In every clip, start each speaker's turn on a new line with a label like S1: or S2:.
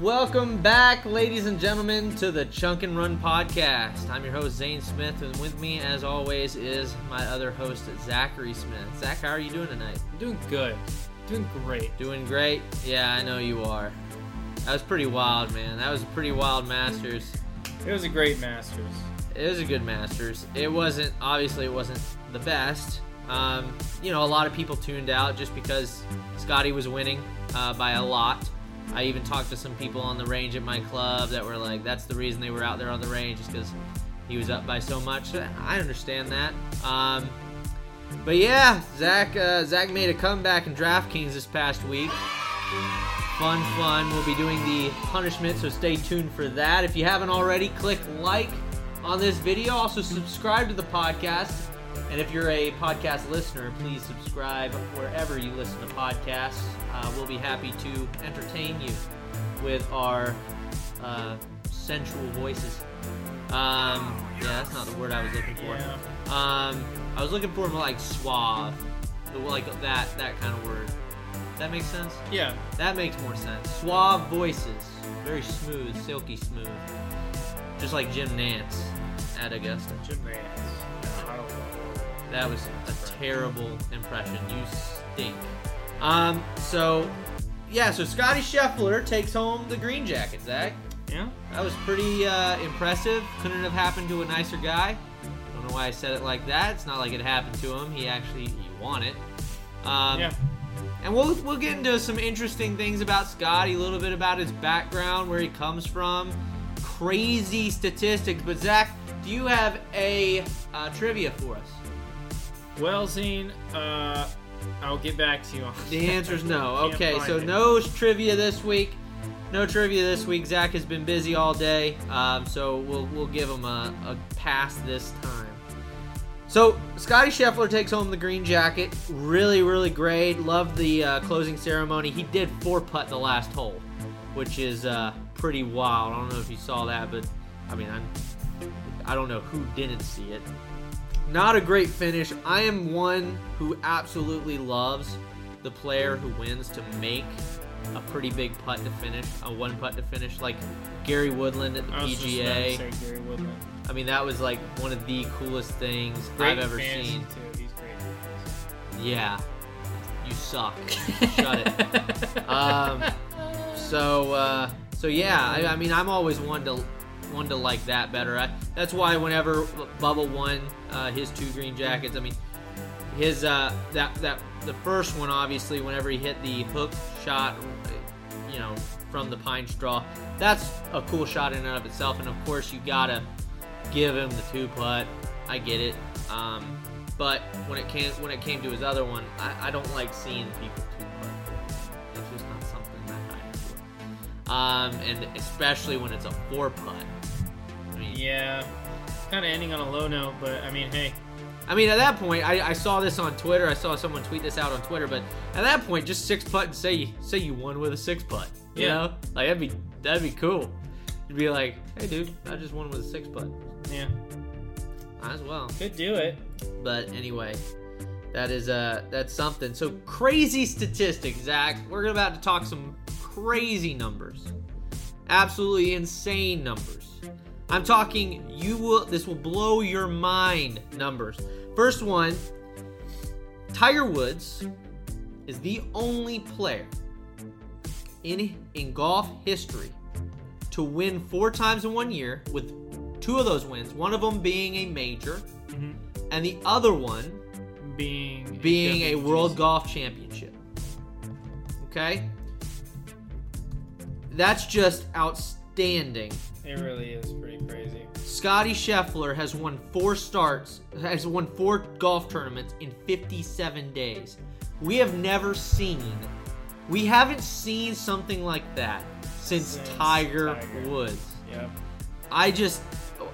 S1: welcome back, ladies and gentlemen, to the Chunk and Run podcast. I'm your host Zane Smith, and with me, as always, is my other host Zachary Smith. Zach, how are you doing tonight?
S2: I'm doing good. Doing great.
S1: Doing great? Yeah, I know you are. That was pretty wild, man. That was a pretty wild Masters.
S2: It was a great Masters.
S1: It was a good Masters. It wasn't obviously it wasn't the best. Um, you know, a lot of people tuned out just because Scotty was winning uh, by a lot. I even talked to some people on the range at my club that were like, "That's the reason they were out there on the range, is because he was up by so much." I understand that. Um, but yeah, Zach uh, Zach made a comeback in DraftKings this past week. Fun, fun. We'll be doing the punishment, so stay tuned for that. If you haven't already, click like on this video. Also, subscribe to the podcast. And if you're a podcast listener, please subscribe wherever you listen to podcasts. Uh, we'll be happy to entertain you with our uh, sensual voices. Um, yeah, that's not the word I was looking for.
S2: Yeah.
S1: Um, I was looking for more like suave, the- like that that kind of word. Does that make sense?
S2: Yeah.
S1: That makes more sense. Suave voices, very smooth, silky smooth, just like Jim Nance at Augusta.
S2: Jim Nance.
S1: That was a terrible impression. You stink. Um, so yeah, so Scotty Scheffler takes home the green jacket, Zach.
S2: Yeah.
S1: That was pretty uh, impressive. Couldn't have happened to a nicer guy. Don't know why I said it like that. It's not like it happened to him. He actually he won it. Um,
S2: yeah.
S1: and we'll we'll get into some interesting things about Scotty, a little bit about his background, where he comes from, crazy statistics. But Zach, do you have a uh, trivia for us?
S2: Well, Zane, uh, I'll get back to you on
S1: The answer is no.
S2: Can't
S1: Okay,
S2: find
S1: so
S2: it.
S1: no trivia this week. No trivia this week. Zach has been busy all day, um, so we'll we'll give him a, a pass this time. So Scotty Scheffler takes home the green jacket. Really, really great. Loved the uh, closing ceremony. He did four putt the last hole, which is uh, pretty wild. I don't know if you saw that, but I mean, I'm, I don't know who didn't see it not a great finish. I am one who absolutely loves the player who wins to make a pretty big putt to finish, a one putt to finish, like Gary Woodland at the
S2: I was just about to
S1: PGA.
S2: say Gary Woodland.
S1: I mean, that was like one of the coolest things
S2: Great
S1: I've ever
S2: fantasy,
S1: seen.
S2: Too. He's great. in
S1: Yeah, you suck. Shut it.
S2: fantasy.
S1: Um, so uh, so yeah, I, I mean, I'm always one to one to like that better. I, that's why whenever Bubba won uh, his two green jackets, I mean, his uh, that that the first one obviously whenever he hit the hook shot, you know, from the pine straw, that's a cool shot in and of itself. And of course, you gotta give him the two putt. I get it. Um, but when it came when it came to his other one, I, I don't like seeing people two putt. It's just not something that I enjoy. Um, and especially when it's a four putt. I mean,
S2: yeah. Kind of ending on a low note, but I mean, hey,
S1: I mean, at that point, I, I saw this on Twitter. I saw someone tweet this out on Twitter. But at that point, just six putt and say say you won with a six putt. You
S2: Yeah.
S1: know, like that'd be that'd be cool. You'd be like, hey, dude, I just won with a six putt.
S2: yeah,
S1: Might as well.
S2: could do it.
S1: But anyway, that is uh that's something. So crazy statistics, Zach. We're about to talk some crazy numbers. Absolutely insane numbers. I'm talking you will this will blow your mind numbers. First one, Tiger Woods is the only player in in golf history to win four times in one year with two of those wins, one of them being a major
S2: Mhm.
S1: and the other one
S2: Being
S1: being a
S2: WGC.
S1: World Golf Championship. Okay? That's just outstanding.
S2: It really is pretty crazy.
S1: Scotty Scheffler has won four starts, has won four golf tournaments in 57 days. We have never seen, we haven't seen something like that since,
S2: Since
S1: Tiger,
S2: Tiger.
S1: Woods.
S2: Yep.
S1: I just,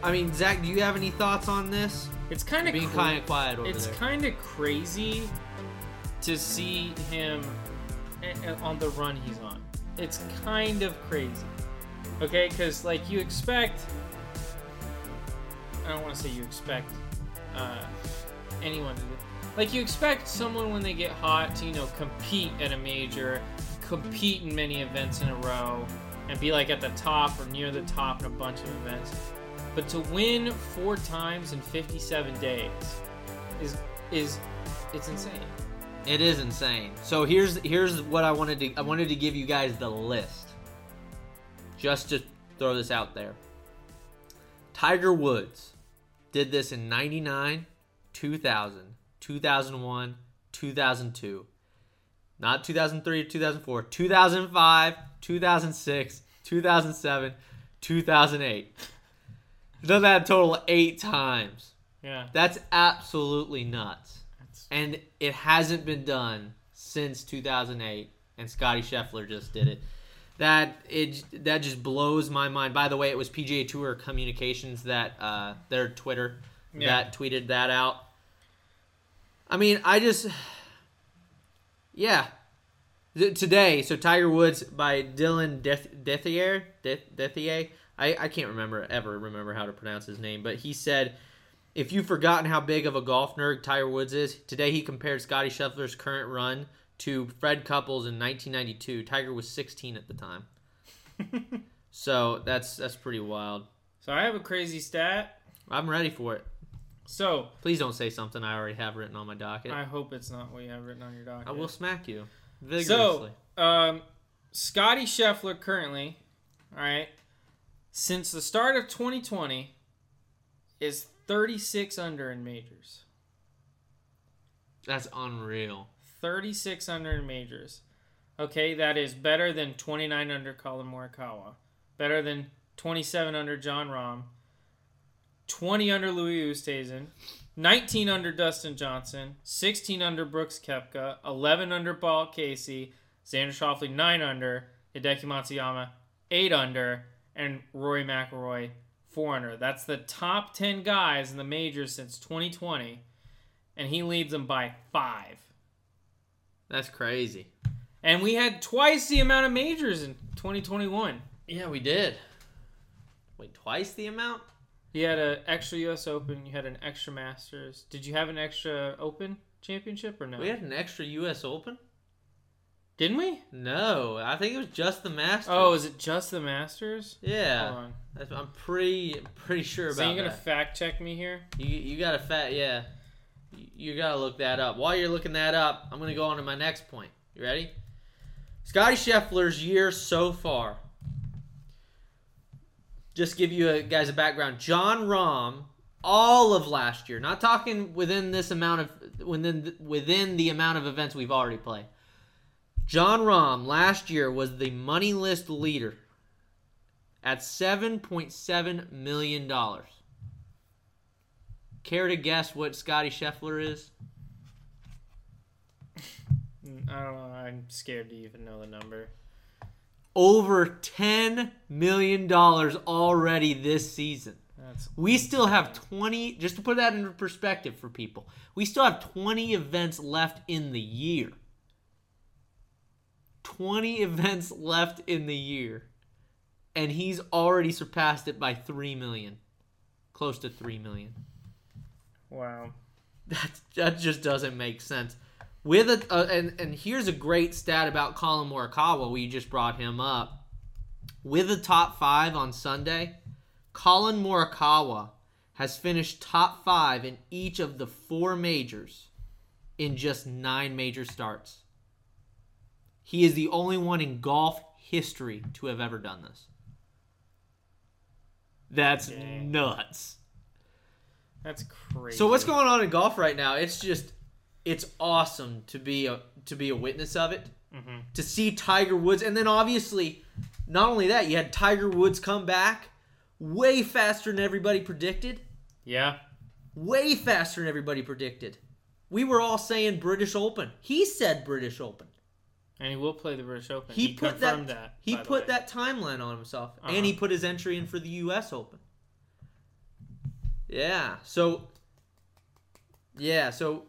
S1: I mean, Zach, do you have any thoughts on this?
S2: It's kind of
S1: Being kind of quiet over
S2: it's
S1: there.
S2: kind of crazy to see him a- a- on the run he's on. It's kind of crazy. Okay, because like you expect, I don't want to say you expect uh, anyone to, do- like you expect someone when they get hot to you know compete at a major, compete in many events in a row, and be like at the top or near the top in a bunch of events. But to win four times in 57 days is is it's insane.
S1: It is insane. So here's here's what I wanted to I wanted to give you guys the list. Just to throw this out there. Tiger Woods did this in 99, 2000, 2001, 2002. Not 2003 or 2004, 2005, 2006, 2007, 2008. He's done that a total of 8 times.
S2: Yeah.
S1: That's absolutely nuts.
S2: That's,
S1: And it hasn't been done since 2008, and Scotty Scheffler just did it. That it that just blows my mind. By the way, it was PGA Tour Communications that uh, their Twitter
S2: Yeah.
S1: that tweeted that out. I mean, I just yeah. Th- Today, so Tiger Woods by Dylan Deth- Dethier, Deth- Dethier. I, I can't remember ever remember how to pronounce his name, but he said if you've forgotten how big of a golf nerd Tiger Woods is, today he compared Scotty Scheffler's current run to Fred Couples in 1992. Tiger was 16 at the time. so that's that's pretty wild.
S2: so I have a crazy stat.
S1: I'm ready for it.
S2: So
S1: Please don't say something I already have written on my docket.
S2: I hope it's not what you have written on your document.
S1: I will smack you vigorously.
S2: So, um, Scotty Scheffler currently, all right, since the start of 2020, is 36 under in majors.
S1: that's unreal.
S2: 36 under in majors. Okay, that is better than 29 under Colin Morikawa, better than 27 under John Rahm, 20 under Louis Oosthuizen, 19 under Dustin Johnson, 16 under Brooks Kepka, 11 under Paul Casey, Xander Shoffley 9 under, Hideki Matsuyama 8 under, and Rory McIlroy 4 under. That's the top 10 guys in the majors since 2020, and he leads them by 5.
S1: That's crazy.
S2: And we had twice the amount of majors in 2021.
S1: Yeah, we did. Wait, twice the amount?
S2: You had an extra U.S. Open. You had an extra Masters. Did you have an extra Open championship or no?
S1: We had an extra U.S. Open?
S2: Didn't we?
S1: No, I think it was just the Masters.
S2: Oh, is it just the Masters?
S1: yeah.
S2: Hold on.
S1: That's, I'm pretty pretty sure
S2: So
S1: about
S2: you're gonna
S1: that.
S2: fact check me here?
S1: you you got to fat yeah. You, you got to look that up. While you're looking that up, I'm going to go on to my next point. You ready? Scotty Scheffler's year so far. Just give you a, guys a background. John Rahm all of last year, not talking within this amount of within within the amount of events we've already played. John Rahm last year was the money list leader at 7.7 million dollars. Care to guess what Scotty Scheffler is?
S2: Mm, I don't know. I'm scared to even know the number.
S1: Over $10 million already this season.
S2: That's
S1: We still have 20, just to put that into perspective for people, we still have 20 events left in the year. 20 events left in the year. And he's already surpassed it by 3 million. Close to 3 million.
S2: wow.
S1: That that just doesn't make sense. With a uh, and and here's a great stat about Colin Morikawa. We just brought him up. With a top five on Sunday, Colin Morikawa has finished top five in each of the four majors in just nine major starts. He is the only one in golf history to have ever done this. That's
S2: Dang.
S1: nuts.
S2: That's crazy.
S1: So what's going on in golf right now? It's just it's awesome to be a to be a witness of it.
S2: Mhm.
S1: To see Tiger Woods and then obviously not only that, you had Tiger Woods come back way faster than everybody predicted.
S2: Yeah.
S1: Way faster than everybody predicted. We were all saying British Open. He said British Open.
S2: And he will play the British Open.
S1: He, put that,
S2: confirmed that.
S1: he
S2: by the
S1: put
S2: way.
S1: that timeline on himself
S2: Uh-huh.
S1: and he put his entry in for the US Open. Yeah. So Yeah, so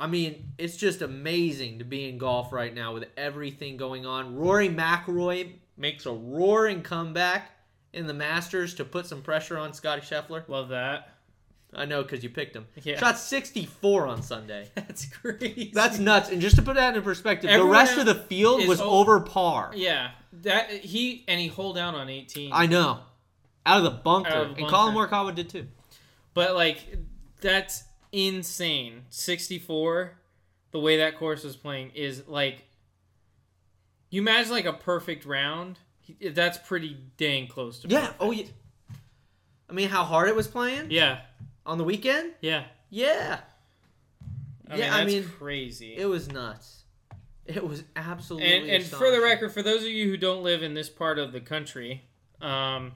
S1: I mean, it's just amazing to be in golf right now with everything going on. Rory McIlroy makes a roaring comeback in the Masters to put some pressure on Scotty Scheffler.
S2: Love that.
S1: I know because you picked him.
S2: Yeah.
S1: Shot 64 on Sunday.
S2: That's crazy.
S1: That's nuts. And just to put that in perspective,
S2: Everyone
S1: the rest of
S2: else
S1: the field
S2: is
S1: was
S2: o-
S1: over par.
S2: yeah. That he and he holed out on 18.
S1: I know. Out of the bunker.
S2: Out of the
S1: And Colin
S2: bunker.
S1: Morikawa did too.
S2: But like that's insane. 64 the way that course was playing is like you imagine like a perfect round. He- That's pretty dang close to
S1: Yeah.
S2: perfect.
S1: Oh, yeah. I mean, how hard it was playing
S2: Yeah.
S1: on the weekend?
S2: Yeah.
S1: Yeah.
S2: I
S1: Yeah,
S2: mean,
S1: I
S2: that's
S1: mean,
S2: crazy.
S1: It was nuts. It was absolutely
S2: and, and for the
S1: astonishing.
S2: record, for those of you who don't live in this part of the country, um,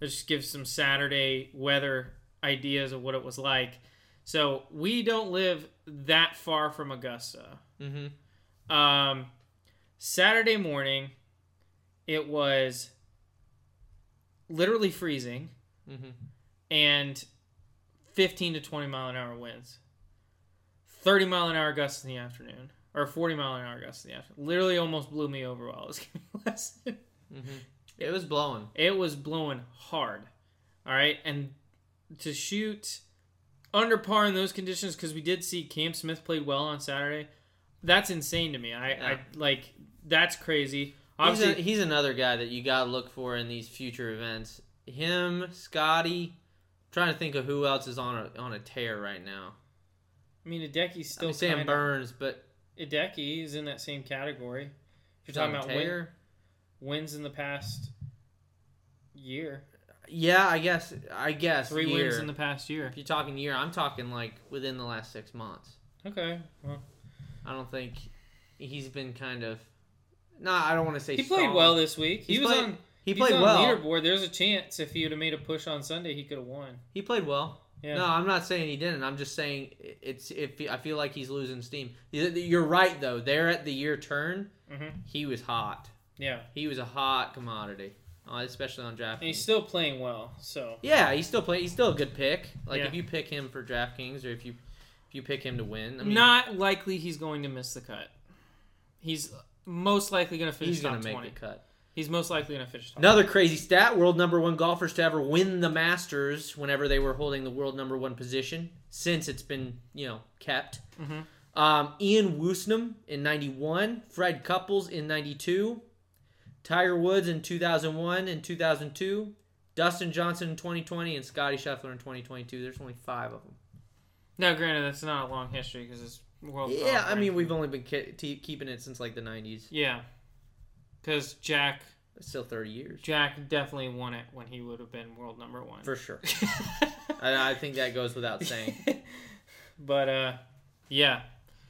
S2: let's just give some Saturday weather ideas of what it was like. So we don't live that far from Augusta.
S1: Mhm.
S2: Um, Saturday morning, it was literally freezing
S1: Mhm.
S2: and 15 to 20 mile an hour winds. 30 mile an hour gusts in the afternoon, or 40 mile an hour gusts in the afternoon. Literally almost blew me over while I was giving a lesson.
S1: Mm-hmm. It was blowing.
S2: It was blowing hard. All right. And to shoot under par in those conditions, because we did see Cam Smith played well on Saturday, that's insane to me. I, I
S1: Yeah.
S2: like, that's crazy.
S1: He's, a,
S2: Obviously,
S1: he's another guy that you got to look for in these future events. Him, Scotty. Trying to think of who else is on a on a tear right now.
S2: I mean, Adecki's
S1: I
S2: still
S1: mean, Sam
S2: kinda-
S1: Burns, but
S2: Hideki is in that same category. If you're
S1: on
S2: talking about
S1: a
S2: win,
S1: tear?
S2: wins in the past year,
S1: Yeah, I guess. I guess
S2: three
S1: year.
S2: wins in the past year.
S1: If you're talking year, I'm talking like within the last six months.
S2: Okay, well,
S1: I don't think he's been kind of. Nah, I don't want to say
S2: he played
S1: strong.
S2: well this week. He
S1: He's
S2: was
S1: played-
S2: on.
S1: He
S2: he's
S1: played
S2: on
S1: well.
S2: Leaderboard. There's a chance if he would have made a push on Sunday, he could have won.
S1: He played well.
S2: Yeah.
S1: No, I'm not saying he didn't. I'm just saying i- it's. It, fe- I feel like he's losing steam. You- You're right though. There at the year turn,
S2: Mhm.
S1: he was hot.
S2: Yeah.
S1: He was a hot commodity, uh, especially on
S2: And he's
S1: DraftKings.
S2: still playing well. So
S1: Yeah, he's still playing. He's still a good pick. Like
S2: Yeah.
S1: if you pick him for DraftKings or if you if you pick him to win, I mean,
S2: not likely he's going to miss the cut. He's most likely going to finish
S1: he's
S2: top
S1: gonna make
S2: twenty.
S1: the cut.
S2: He's most likely going to finish top.
S1: Another crazy stat: world number one golfers to ever win the Masters, whenever they were holding the world number one position, since it's been you know kept.
S2: Mhm.
S1: Um, Ian Woosnam in '91, Fred Couples in '92, Tiger Woods in 2001 and 2002, Dustin Johnson in 2020, and Scotty Scheffler in 2022. There's only five of them.
S2: Now, granted, that's not a long history because it's world.
S1: yeah,
S2: golf
S1: I mean
S2: ranking.
S1: we've only been ke- te- keeping it since like the '90s.
S2: Yeah, because Jack
S1: It's still 30 years
S2: Jack definitely won it when he would have been world number one.
S1: for sure. I, I think that goes without saying.
S2: but uh, yeah,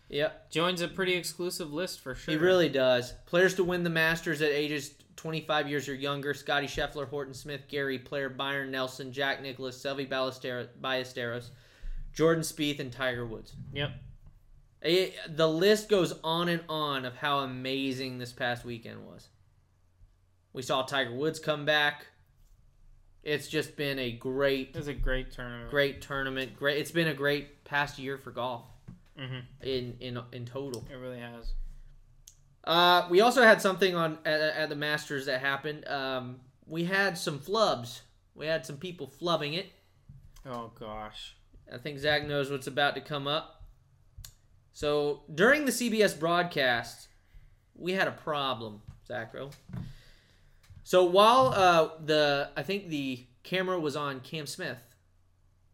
S1: Yep.
S2: joins a pretty exclusive list for sure.
S1: He really does. Players to win the Masters at ages 25 years or younger: Scotty Scheffler, Horton Smith, Gary Player, Byron Nelson, Jack Nicklaus, Selby Ballester- Ballesteros, Jordan Spieth, and Tiger Woods.
S2: Yep.
S1: It- the list goes on and on of how amazing this past weekend was. We saw Tiger Woods come back. It's just been a great,
S2: It was a great tournament.
S1: great tournament. Great. It's been a great past year for golf
S2: Mhm.
S1: in in in total.
S2: It really has.
S1: Uh, we also had something on at, at the Masters that happened. Um, we had some flubs. We had some people flubbing it.
S2: Oh gosh.
S1: I think Zach knows what's about to come up. So during the CBS broadcast, we had a problem, Zachro. So while uh, the I think the camera was on Cam Smith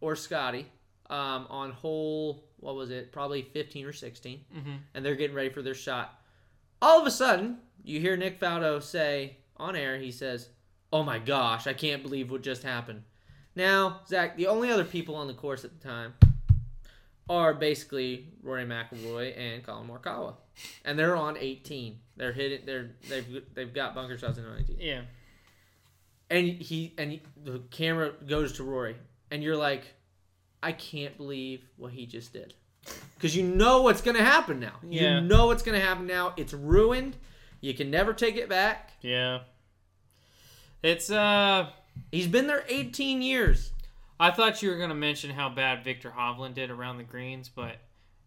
S1: or Scotty um, on hole what was it probably 15 or 16
S2: Mhm.
S1: and they're getting ready for their shot. All of a sudden, you hear Nick Faldo say on air, he says, Oh my gosh, I can't believe what just happened. Now, Zach, the only other people on the course at the time are basically Rory McIlroy and Colin Morikawa, and they're on 18. They're hitting. They're they've they've got bunker shots in 18
S2: Yeah.
S1: and he and he- the camera goes to Rory, and you're like, I can't believe what he just did, because you know what's gonna happen now.
S2: Yeah.
S1: You know what's gonna happen now. It's ruined. You can never take it back.
S2: Yeah. It's uh.
S1: He's been there 18 years.
S2: I thought you were gonna mention how bad Victor Hovland did around the greens, but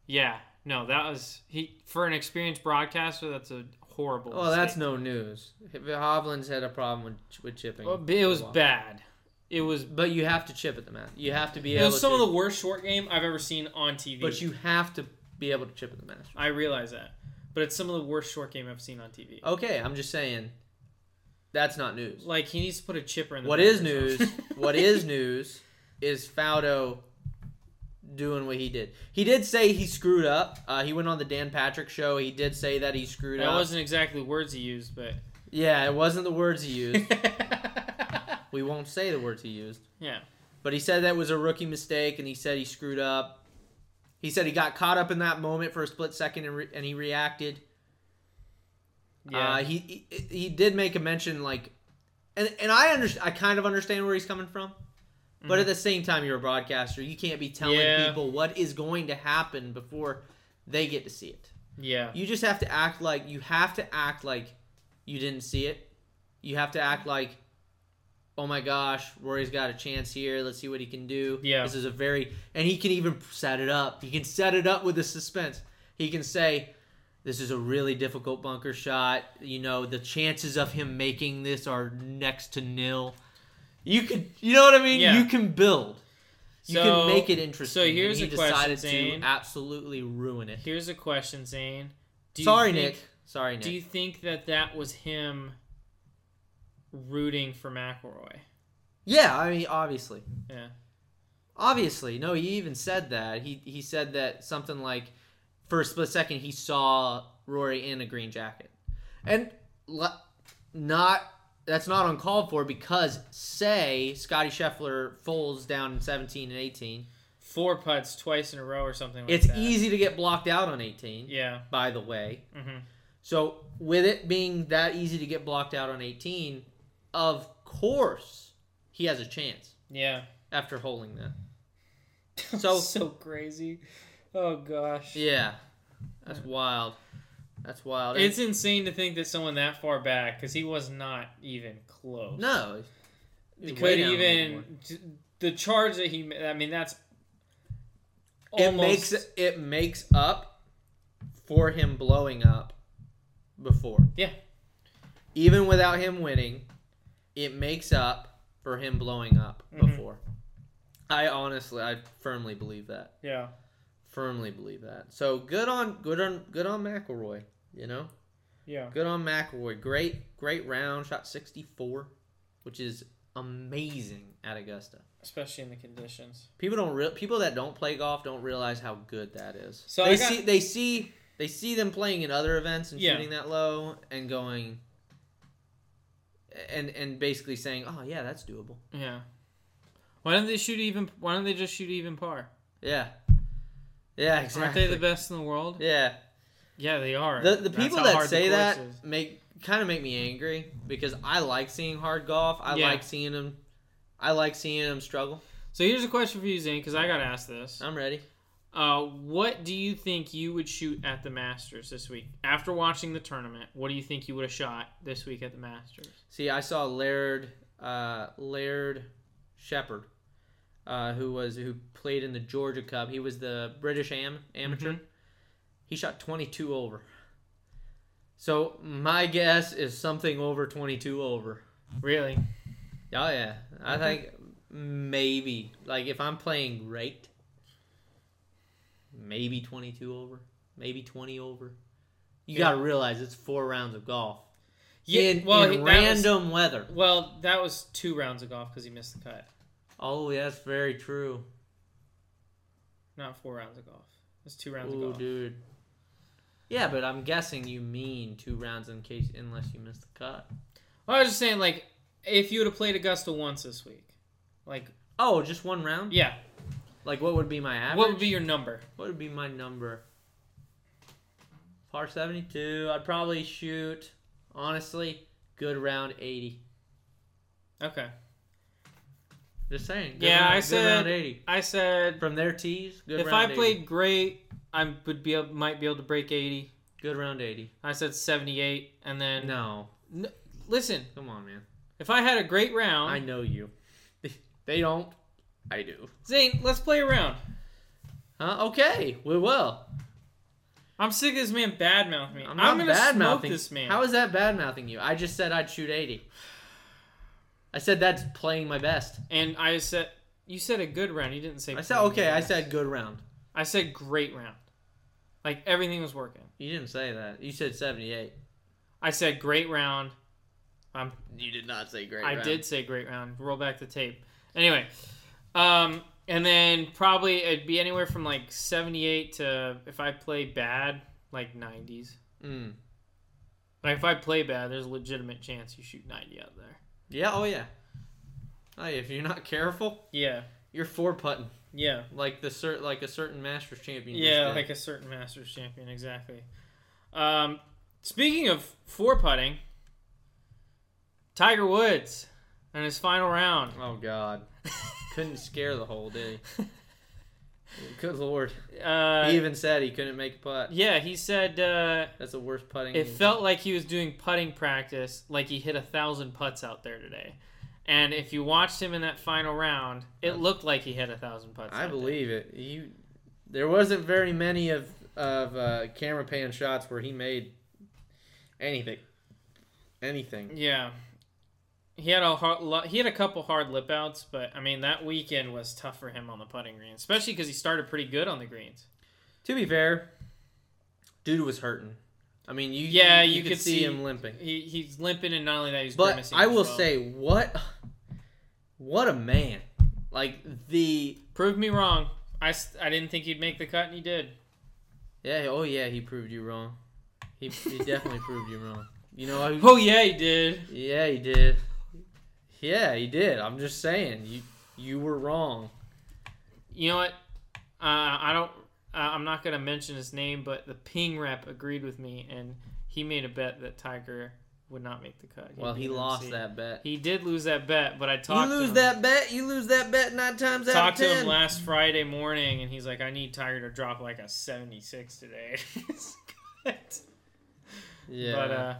S2: yeah, no, that was he for an experienced broadcaster. That's a horrible.
S1: Well, Oh, that's
S2: mistake.
S1: no news. Hovland's had a problem with, with chipping.
S2: Well, It was
S1: for a while.
S2: bad. It was
S1: But you have to chip at the mat. You have to be
S2: it
S1: able.
S2: was some
S1: to,
S2: of the worst short game I've ever seen on TV.
S1: But you have to be able to chip at the Masters.
S2: I realize that. But it's some of the worst short game I've seen on TV.
S1: Okay, I'm just saying, that's not news.
S2: Like he needs to put a chipper in the
S1: What is
S2: back or
S1: news?
S2: something.
S1: what is news is Faudo doing what he did. He did say he screwed up. Uh, he went on the Dan Patrick show. He did say that he screwed
S2: That
S1: up.
S2: wasn't exactly words he used, but
S1: yeah, it wasn't the words he used.
S2: yeah.
S1: we won't say the words he used. But he said that was a rookie mistake, and he said he screwed up. He said he got caught up in that moment for a split second, and, re- and he reacted.
S2: Yeah.
S1: Uh, he, he he did make a mention like, and and I understand. I kind of understand where he's coming from, but at the same time, you're a broadcaster. You can't be telling
S2: Mm-hmm. Yeah.
S1: people what is going to happen before they get to see it.
S2: yeah.
S1: You just have to act like you have to act like you didn't see it. You have to act like, oh my gosh, Rory's got a chance here. Let's see what he can do.
S2: Yeah.
S1: this is a very and he can even set it up. He can set it up with the suspense. He can say, this is a really difficult bunker shot. You know, the chances of him making this are next to nil. You could, you know what I mean?
S2: Yeah.
S1: You can build. You
S2: So-
S1: can make it interesting.
S2: so
S1: and
S2: here's
S1: he
S2: a question,
S1: decided
S2: Zane.
S1: to absolutely ruin it.
S2: Here's a question, Zane. Do you
S1: Sorry,
S2: think-
S1: Nick. Sorry, Nick.
S2: Do you think that that was him rooting for McElroy?
S1: yeah, I mean, obviously,
S2: Yeah.
S1: obviously. No, he even said that. He he said that something like, for a split second, he saw Rory in a green jacket, and le- not that's not uncalled for because say Scotty Scheffler folds down in 17 and 18,
S2: Four putts twice in a row or something like
S1: it's
S2: that.
S1: easy to get blocked out on 18.
S2: Yeah.
S1: By the way,
S2: hmm
S1: So with it being that easy to get blocked out on 18, of course he has a chance
S2: Yeah.
S1: after holding that.
S2: So
S1: So-
S2: so crazy. Oh gosh.
S1: Yeah, that's wild. That's wild.
S2: It's insane to think that someone that far back, because he was not even close.
S1: no, he's way
S2: could
S1: down on the
S2: even
S1: board.
S2: the charge that he. ma- I mean, that's
S1: it makes it makes up for him blowing up before.
S2: Yeah.
S1: Even without him winning, it makes up for him blowing up
S2: Mhm.
S1: before. I honestly, I firmly believe that.
S2: yeah.
S1: firmly believe that. So good on good on good on McElroy. You know,
S2: Yeah.
S1: good on McElroy. Great great round. Shot sixty four, which is amazing at Augusta.
S2: Especially in the conditions.
S1: People don't real people that don't play golf don't realize how good that is. So
S2: So I
S1: they
S2: got-
S1: see they see they see them playing in other events and
S2: Yeah.
S1: shooting that low and going. And and basically saying, oh yeah, that's doable.
S2: Yeah. Why don't they shoot even? Why don't they just shoot even par?
S1: Yeah, yeah,
S2: Aren't
S1: exactly.
S2: they the best in the world?
S1: yeah,
S2: Yeah, they are.
S1: The, the
S2: That's
S1: people
S2: how
S1: that
S2: hard the
S1: say
S2: course
S1: that
S2: is.
S1: make kind of make me angry because I like seeing hard golf. I
S2: Yeah.
S1: like seeing them. I like seeing them struggle.
S2: So here's a question for you, Zane, because I got asked this.
S1: I'm ready.
S2: Uh, what do you think you would shoot at the Masters this week? After watching the tournament, what do you think you would have shot this week at the Masters?
S1: See, I saw Laird uh, Laird Shepherd, uh, who was who played in the Georgia Cup. He was the British am amateur. He shot 22 over. So my guess is something over 22 over.
S2: Really?
S1: Oh yeah, I think maybe like if I'm playing great, maybe 22 over, maybe 20 over. You
S2: Yeah.
S1: gotta realize it's four rounds of golf.
S2: Yeah,
S1: in,
S2: well,
S1: in
S2: he- that was-
S1: random weather.
S2: Well, that was two rounds of golf because he missed the cut,
S1: Oh, yeah, that's very true.
S2: not four rounds of golf. It's two rounds of
S1: Ooh,
S2: golf.
S1: dude. Yeah, but I'm guessing you mean two rounds in case unless you miss the cut.
S2: Well, I was just saying, like, if you would have played Augusta once this week, like,
S1: Oh, just one round?
S2: yeah,
S1: Like what would be my average?
S2: what would be your number?
S1: What would be my number? Par 72. I'd probably shoot, honestly, good round 80.
S2: Okay,
S1: Just saying. Good
S2: Yeah,
S1: round,
S2: I
S1: good
S2: said-
S1: round 80.
S2: I said
S1: From their tees, good
S2: if I
S1: round 80.
S2: played great, I would be able, might be able to break eighty.
S1: good round 80.
S2: I said seventy-eight, and then
S1: No.
S2: N- listen,
S1: Come on, man.
S2: if I had a great round,
S1: I know you. they don't. I do.
S2: Zane, let's play a round.
S1: Huh? Okay. We will.
S2: I'm sick of this man bad mouthing me.
S1: I'm
S2: I'm,
S1: not
S2: gonna
S1: bad
S2: smoke
S1: mouthing
S2: this man.
S1: How is that bad mouthing you? I just said I'd shoot 80. I said that's playing my best.
S2: And I said you said a good round. You didn't say.
S1: I said
S2: playing
S1: okay.
S2: good.
S1: I said good round.
S2: I said great round. Like everything was working.
S1: You didn't say that. You said seventy-eight.
S2: I said great round. I'm
S1: You did not say great.
S2: I
S1: round.
S2: did say great round. Roll back the tape. Anyway, um, and then probably it'd be anywhere from like 78 to if I play bad, like 90s.
S1: Mm.
S2: Like if I play bad, there's a legitimate chance you shoot 90 out there.
S1: Yeah. Oh yeah. Oh, yeah, if you're not careful,
S2: Yeah,
S1: you're four putting
S2: yeah,
S1: like the cert like a certain Masters champion. just
S2: yeah.
S1: did.
S2: Like a certain Masters champion, exactly. Um, speaking of four putting, Tiger Woods and his final round.
S1: oh god, couldn't scare the hole, did he? Good lord.
S2: Uh,
S1: he even said he couldn't make a putt.
S2: yeah, he said. Uh,
S1: That's the worst putting.
S2: It
S1: he's-
S2: felt like he was doing putting practice, like he hit a thousand putts out there today. And if you watched him in that final round, it looked like he hit a thousand putts.
S1: I
S2: out there.
S1: believe it. You, there wasn't very many of of uh, camera pan shots where he made anything, anything.
S2: Yeah, he had a hard, lo- he had a couple hard lip outs, but I mean that weekend was tough for him on the putting green, especially because he started pretty good on the greens.
S1: To be fair, dude was hurting. I mean, you
S2: Yeah,
S1: you,
S2: you
S1: could
S2: could
S1: see,
S2: see-
S1: him limping.
S2: He he's limping, and not only that, he's
S1: But
S2: grimacing.
S1: I
S2: as
S1: will
S2: well.
S1: say, what, what a man! Like the
S2: prove me wrong. I s- I didn't think he'd make the cut, and he did.
S1: yeah, oh yeah, he proved you wrong. He, he definitely proved you wrong. You know, I,
S2: Oh yeah, he did.
S1: Yeah, he did. Yeah, he did. I'm just saying, you you were wrong.
S2: You know what? Uh, I don't. Uh, I'm not gonna mention his name, but the ping rep agreed with me, and he made a bet that Tiger would not make the cut.
S1: Well, he
S2: beat
S1: lost
S2: MC.
S1: that bet.
S2: He did lose that bet, but I
S1: You
S2: talked. to
S1: lose
S2: him,
S1: that bet. You lose that bet nine times out of
S2: Talked to him
S1: ten.
S2: last Friday morning, and he's like, "I need Tiger to drop like a 76 today." It's good.
S1: yeah,
S2: But uh,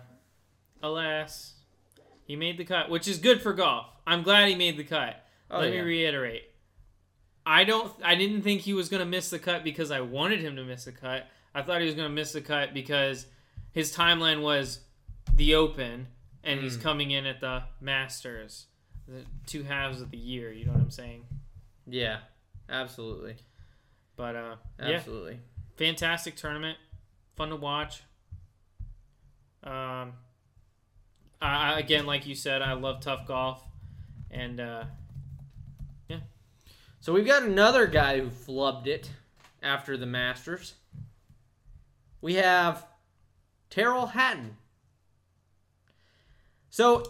S2: alas, he made the cut, which is good for golf. I'm glad he made the cut.
S1: oh,
S2: Let
S1: yeah.
S2: me reiterate. I don't. I didn't think he was gonna miss the cut because I wanted him to miss the cut. I thought he was gonna miss the cut because his timeline was the Open, and he's
S1: Mm.
S2: coming in at the Masters, the two halves of the year. You know what I'm saying?
S1: yeah, absolutely,
S2: But uh, yeah,
S1: absolutely.
S2: fantastic tournament, fun to watch. Um, I, I- again, like you said, I love tough golf, and uh,
S1: So we've got another guy who flubbed it after the Masters. We have Terrell Hatton. So,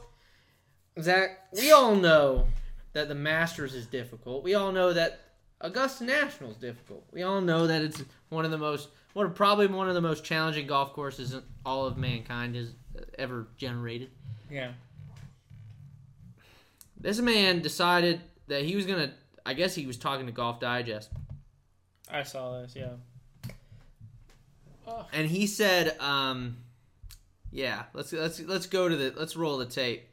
S1: Zach, we all know that the Masters is difficult. We all know that Augusta National is difficult. We all know that it's one of the most, one of, probably one of the most challenging golf courses in all of mankind has ever generated
S2: yeah,
S1: this man decided that he was gonna i guess he was talking to golf digest
S2: I saw this. Yeah.
S1: and he said um yeah let's let's let's go to the let's roll the tape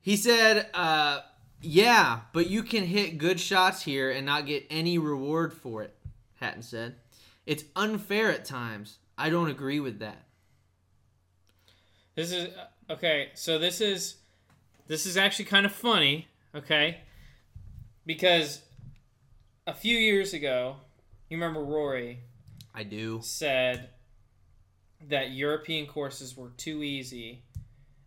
S1: he said uh yeah but you can hit good shots here and not get any reward for it hatton said it's unfair at times i don't agree with that
S2: This is uh, okay. So this is this is actually kind of funny, okay? Because a few years ago, you remember Rory
S1: i do
S2: said that European courses were too easy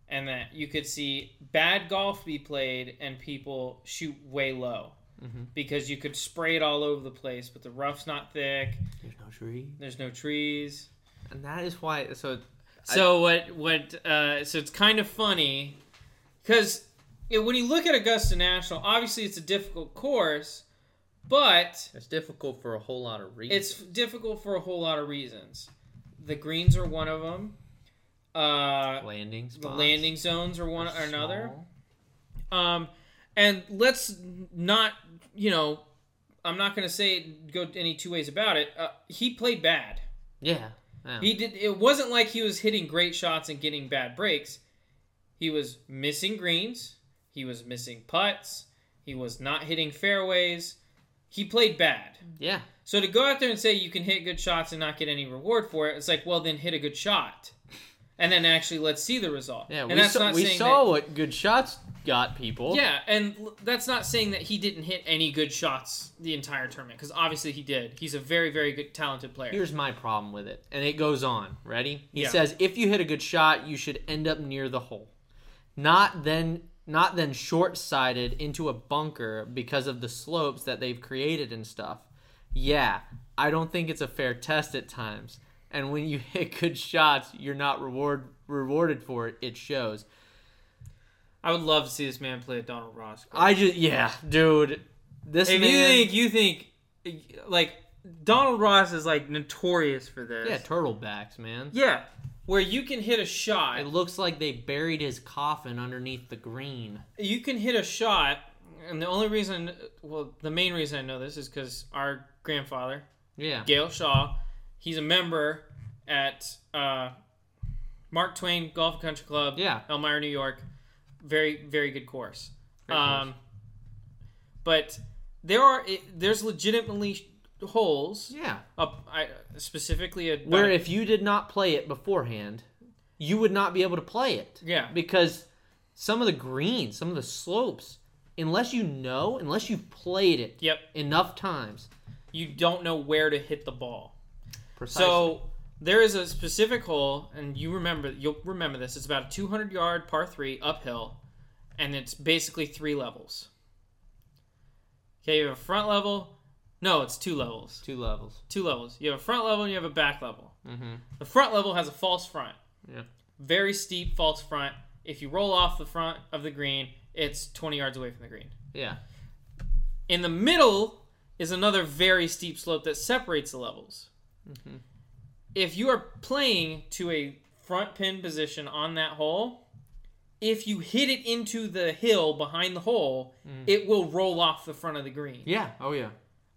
S2: and that you could see bad golf be played and people shoot way low.
S1: Mhm.
S2: Because you could spray it all over the place, but the rough's not thick.
S1: there's no tree
S2: There's no trees.
S1: and that is why so
S2: So what? What? Uh, so it's kind of funny because when you look at Augusta National, obviously it's a difficult course, but
S1: it's difficult for a whole lot of reasons
S2: it's difficult for a whole lot of reasons. The greens are one of them. Uh,
S1: landing
S2: the
S1: spots
S2: landing zones are one
S1: are
S2: or another.
S1: small.
S2: Um, and let's not, you know, I'm not going to say go any two ways about it. Uh, he played bad.
S1: yeah yeah.
S2: He did. It wasn't like he was hitting great shots and getting bad breaks. He was missing greens. He was missing putts. He was not hitting fairways. He played bad.
S1: Yeah.
S2: So to go out there and say you can hit good shots and not get any reward for it, it's like, well, then hit a good shot. and then actually let's see the result.
S1: Yeah,
S2: and
S1: we
S2: that's
S1: saw,
S2: not
S1: we
S2: saying
S1: saw
S2: that-
S1: what good shots got people.
S2: yeah, and l- that's not saying that he didn't hit any good shots the entire tournament because obviously he did. He's a very, very good, talented player.
S1: Here's my problem with it, and it goes on. Ready? He
S2: Yeah.
S1: says if you hit a good shot, you should end up near the hole, not then not then short sighted into a bunker because of the slopes that they've created and stuff. Yeah, I don't think it's a fair test at times. And when you hit good shots, you're not reward rewarded for it. It shows.
S2: I would love to see this man play at Donald Ross.
S1: I just yeah, dude. This
S2: if you
S1: man,
S2: think you think like Donald Ross is like notorious for this.
S1: yeah, turtle backs, man.
S2: Yeah, where you can hit a shot,
S1: It looks like they buried his coffin underneath the green.
S2: you can hit a shot, and the only reason, well, the main reason I know this is because our grandfather,
S1: Yeah.
S2: Gail Shaw, he's a member at uh, Mark Twain Golf and Country Club,
S1: Yeah.
S2: Elmira, New York. Very, very good course.
S1: Great course.
S2: um, but there are it, there's legitimately holes
S1: Yeah.
S2: up I, specifically a
S1: Where if you did not play it beforehand, you would not be able to play it.
S2: Yeah.
S1: Because some of the greens, some of the slopes, unless you know, unless you've played it
S2: yep
S1: enough times.
S2: you don't know where to hit the ball.
S1: Precisely.
S2: So there is a specific hole, and you remember you'll remember this. It's about a 200 yard par three uphill, and it's basically three levels. Okay, you have a front level. No, it's two levels.
S1: two levels.
S2: Two levels. You have a front level and you have a back level.
S1: Mm-hmm.
S2: The front level has a false front.
S1: Yeah.
S2: Very steep false front. If you roll off the front of the green, it's 20 yards away from the green.
S1: Yeah.
S2: In the middle is another very steep slope that separates the levels. If you are playing to a front pin position on that hole, if you hit it into the hill behind the hole, it will roll off the front of the green.
S1: Yeah. Oh yeah.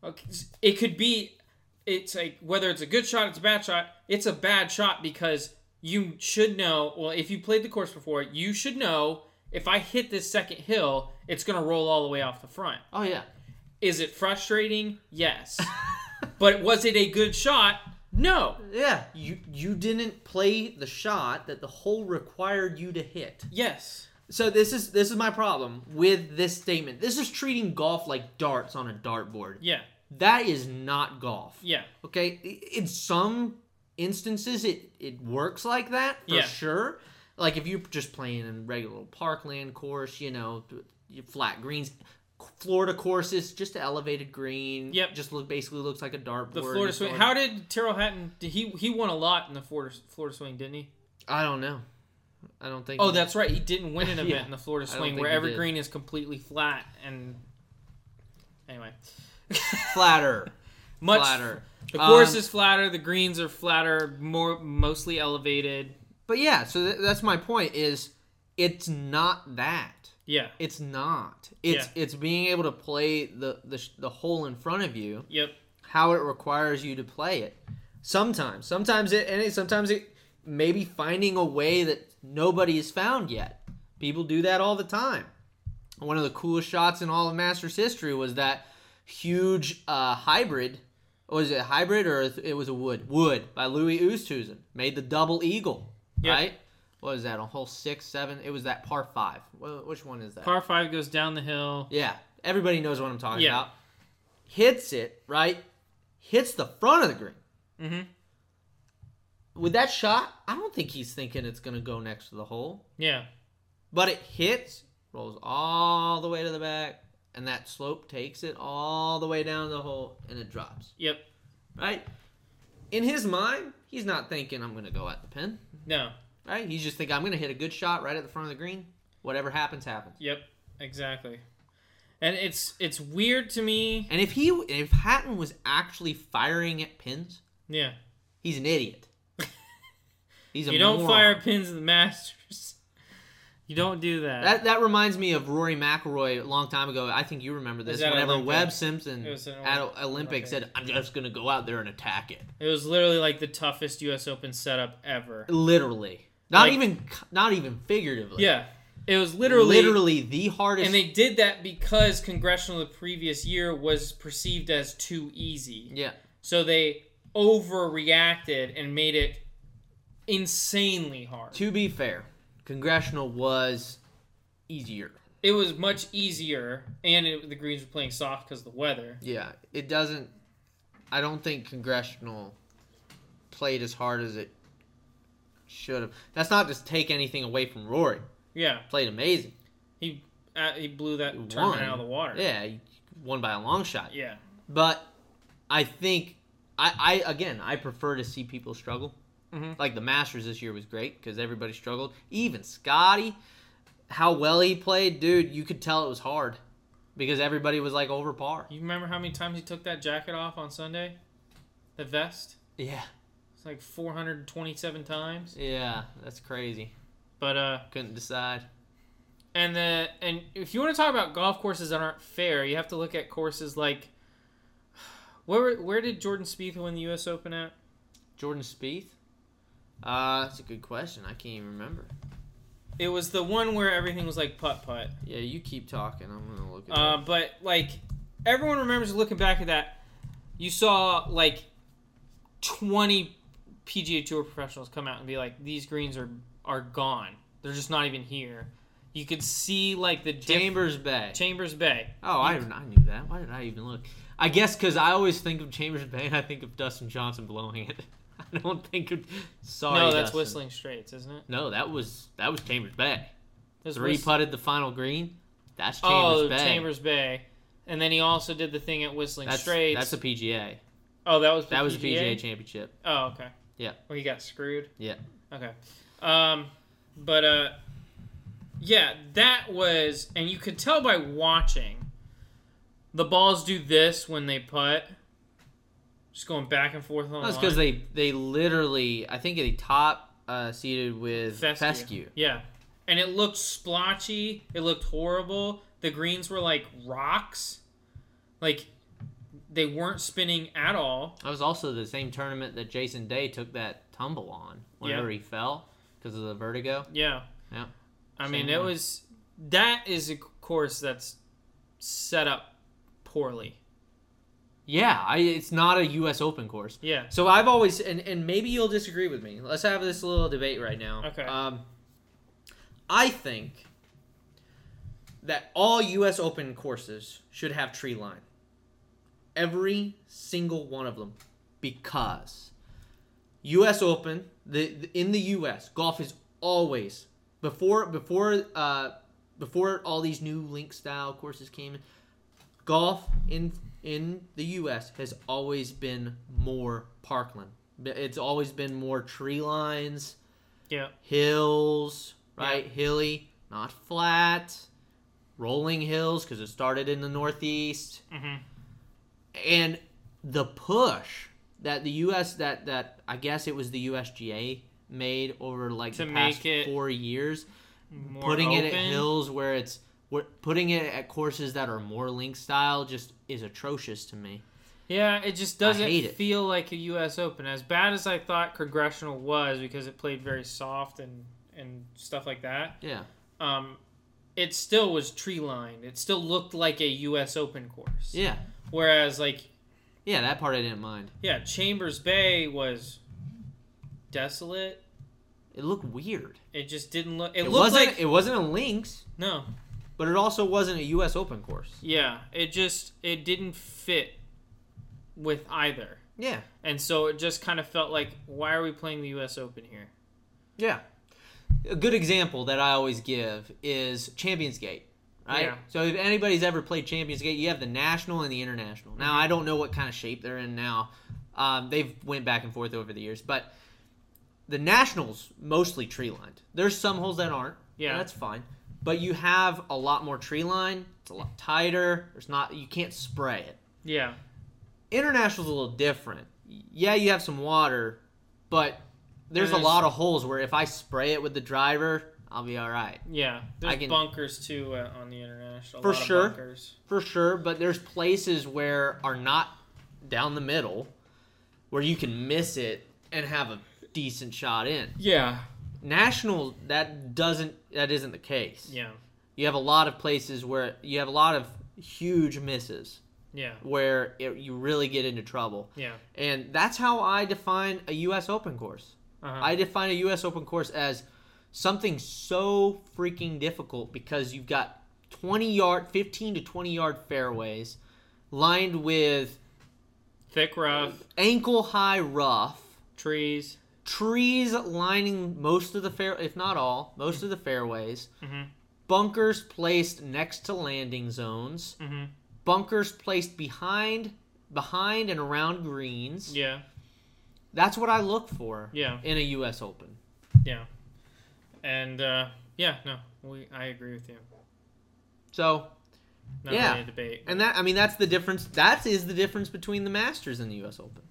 S2: Okay. It could be, it's like whether it's a good shot, it's a bad shot. It's a bad shot because you should know. Well, if you played the course before, you should know if I hit this second hill, it's going to roll all the way off the front.
S1: Oh yeah.
S2: Is it frustrating? Yes. but was it a good shot? No.
S1: Yeah. You you didn't play the shot that the hole required you to hit.
S2: Yes.
S1: So this is this is my problem with this statement. This is treating golf like darts on a dartboard.
S2: Yeah.
S1: That is not golf.
S2: Yeah.
S1: Okay, I- in some instances, it it works like that for
S2: Yeah.
S1: sure. Like if you're just playing in regular parkland course, you know, th- your flat greens, Florida courses, just an elevated green.
S2: Yep.
S1: just look basically looks like a dartboard.
S2: The Florida
S1: It's
S2: swing.
S1: sort of-
S2: How did Terrell Hatton? Did he he won a lot in the Florida Florida swing, didn't he?
S1: I don't know. I don't think.
S2: Oh, that's right. He didn't win an
S1: Yeah.
S2: event in the Florida
S1: I don't
S2: swing
S1: think
S2: where
S1: he
S2: every
S1: did.
S2: green is completely flat and. Anyway,
S1: flatter,
S2: much
S1: flatter.
S2: the
S1: Um,
S2: course is flatter. The greens are flatter, more mostly elevated.
S1: But yeah, so th- that's my point. Is it's not that.
S2: Yeah.
S1: It's not. It's it's being able to play the the, sh- the hole in front of you.
S2: Yep.
S1: how it requires you to play it. Sometimes, sometimes it, and it, sometimes it maybe finding a way that nobody has found yet. People do that all the time. One of the coolest shots in all of Masters history was that huge uh, hybrid. Was it hybrid or it was a wood? Wood by Louis Oosthuizen made the double eagle.
S2: Yep.
S1: Right? What was that? A whole six, seven? It was that par five. Wh- Which one is that?
S2: Par five goes down the hill.
S1: Yeah, everybody knows what I'm talking
S2: Yeah.
S1: about. Hits it right, hits the front of the green.
S2: Mhm.
S1: With that shot, I don't think he's thinking it's gonna go next to the hole,
S2: Yeah.
S1: but it hits, rolls all the way to the back, and that slope takes it all the way down the hole, and it drops.
S2: Yep.
S1: Right. In his mind, he's not thinking I'm gonna go at the pin.
S2: No.
S1: Right. He's just thinking I'm gonna hit a good shot right at the front of the green. Whatever happens, happens.
S2: Yep, exactly. And it's it's weird to me.
S1: And if he, if Hatton was actually firing at pins,
S2: Yeah,
S1: He's an idiot. He's a
S2: you don't
S1: moron.
S2: fire pins in the Masters. You don't do that.
S1: That that reminds me of Rory McIlroy a long time ago. I think you remember this.
S2: was at
S1: Whenever
S2: Olympic.
S1: Webb Simpson
S2: It was at
S1: at
S2: Olymp-
S1: Olympic, said, "I'm just gonna go out there and attack it,"
S2: It was literally like the toughest U.S. Open setup ever.
S1: literally, not
S2: Like-
S1: even not even figuratively.
S2: Yeah, it was
S1: literally,
S2: literally
S1: the hardest.
S2: And they did that because congressional the previous year was perceived as too easy.
S1: yeah,
S2: So they overreacted and made it insanely hard.
S1: To be fair, congressional was easier.
S2: It was much easier, and it, the greens were playing soft because the weather.
S1: Yeah, it doesn't. I don't think congressional played as hard as it should have. That's not to take anything away from Rory.
S2: Yeah,
S1: Played amazing.
S2: he uh, he blew that
S1: He
S2: tournament
S1: won.
S2: out of the water.
S1: Yeah, he won by a long shot.
S2: yeah,
S1: But I think I, I again I prefer to see people struggle.
S2: Mhm.
S1: Like the Masters this year was great because everybody struggled. Even Scotty, how well he played, dude, you could tell it was hard because everybody was like over par.
S2: you remember how many times he took that jacket off on Sunday, the vest?
S1: Yeah,
S2: It's like 427 times.
S1: yeah, that's crazy.
S2: But uh,
S1: Couldn't decide.
S2: and the and if you want to talk about golf courses that aren't fair, you have to look at courses like where were- where did Jordan Spieth win the U.S. Open at?
S1: Jordan Spieth. Uh, that's a good question. I can't even remember.
S2: It was the one where everything was like putt putt.
S1: Yeah, you keep talking. I'm gonna look at
S2: Uh, but like everyone remembers looking back at that, you saw like twenty PGA Tour professionals come out and be like, "These greens are are gone. They're just not even here." You could see like the
S1: it.
S2: diff-
S1: Chambers Bay.
S2: Chambers Bay.
S1: Oh, I, I knew that. Why did I even look? I guess because I always think of Chambers Bay and I think of Dustin Johnson blowing it. I don't think of. Sorry,
S2: no, that's
S1: Oh, Dustin.
S2: Whistling Straits, isn't it?
S1: No, that was that was Chambers Bay.
S2: That's
S1: Three
S2: Whist-
S1: putted the final green. That's Chambers
S2: Oh,
S1: Bay.
S2: Chambers Bay. And then he also did the thing at Whistling
S1: that's,
S2: Straits.
S1: That's a PGA.
S2: oh, that was the
S1: That was a
S2: PGA?
S1: PGA championship.
S2: Oh, okay.
S1: Yeah.
S2: Where he got screwed.
S1: Yeah.
S2: Okay. Um, but uh, yeah, that was, and you could tell by watching, the balls do this when they putt, just going back and forth on.
S1: That's
S2: the
S1: because
S2: line.
S1: they they literally I think they top uh, seeded with Fescue.
S2: Yeah, and it looked splotchy. It looked horrible. The greens were like rocks, like they weren't spinning at all.
S1: That was also the same tournament that Jason Day took that tumble on whenever he fell because of the vertigo.
S2: Yeah.
S1: Yeah.
S2: I
S1: Same
S2: mean, it
S1: one.
S2: was that is a course that's set up poorly.
S1: Yeah, I, it's not a U.S. Open course.
S2: Yeah.
S1: So I've always and and maybe you'll disagree with me. Let's have this little debate right now.
S2: Okay.
S1: Um, I think that all U.S. Open courses should have tree line. Every single one of them, because U.S. Open the, the in the U.S. golf is always before before uh before all these new link style courses came in golf in in the U.S. has always been more parkland. It's always been more tree lines,
S2: Yeah.
S1: hills, right? Hilly, not flat, rolling hills because it started in the Northeast,
S2: hmm
S1: and the push that the U.S. that that I guess it was the USGA made over like
S2: To
S1: the past
S2: make it
S1: four years
S2: More
S1: putting
S2: open.
S1: it at hills where it's where, putting it at courses that are more link style just is atrocious to me.
S2: Yeah, it just doesn't
S1: hate it.
S2: feel like a U.S. Open. As bad as I thought Congressional was because it played very soft and and stuff like that.
S1: Yeah,
S2: Um, it still was tree lined. It still looked like a U.S. Open course.
S1: yeah,
S2: Whereas like
S1: yeah. That part I didn't mind.
S2: yeah, Chambers Bay was desolate.
S1: It looked weird.
S2: It just didn't look. It,
S1: It,
S2: looked
S1: wasn't.
S2: like
S1: it wasn't a links,
S2: no.
S1: but it also wasn't a U.S. Open course.
S2: Yeah, it just it didn't fit with either,
S1: Yeah,
S2: and so it just kind of felt like, why are we playing the U.S. Open here?
S1: yeah. A good example that I always give is Champions Gate. Right?
S2: Yeah.
S1: So if anybody's ever played Champions Gate, you have the national and the international. Now
S2: Mm-hmm.
S1: I don't know what kind of shape they're in now. Um, they've went back and forth over the years, but the Nationals mostly tree lined. There's some holes that aren't.
S2: Yeah.
S1: and that's fine. But you have a lot more tree line. It's a lot tighter. There's not you can't spray it.
S2: Yeah,
S1: International's a little different. Yeah, you have some water, but there's,
S2: There's-
S1: a lot of holes where if I spray it with the driver, I'll be all right
S2: yeah. There's
S1: I can-
S2: bunkers too uh, on the international. A
S1: For
S2: lot of
S1: sure.
S2: bunkers.
S1: for sure. But there's places where are not down the middle where you can miss it and have a decent shot in.
S2: Yeah,
S1: National that doesn't that isn't the case.
S2: yeah,
S1: you have a lot of places where you have a lot of huge misses
S2: yeah,
S1: where it, you really get into trouble
S2: yeah.
S1: and that's how i define a us open course
S2: Uh-huh.
S1: I define a U.S. Open course as something so freaking difficult because you've got 20 yard, 15 to 20 yard fairways lined with
S2: Thick rough,
S1: ankle high rough,
S2: trees.
S1: trees lining most of the fair, if not all, most of the fairways,
S2: Mhm.
S1: bunkers placed next to landing zones,
S2: Mm-hmm.
S1: bunkers placed behind, behind and around greens.
S2: Yeah,
S1: That's what I look for
S2: yeah,
S1: in a U.S. Open.
S2: yeah. And uh, yeah, no, we I agree with you.
S1: So
S2: Not
S1: Yeah.
S2: really a debate.
S1: And that I mean that's the difference. That is the difference between the Masters and the U.S. Open.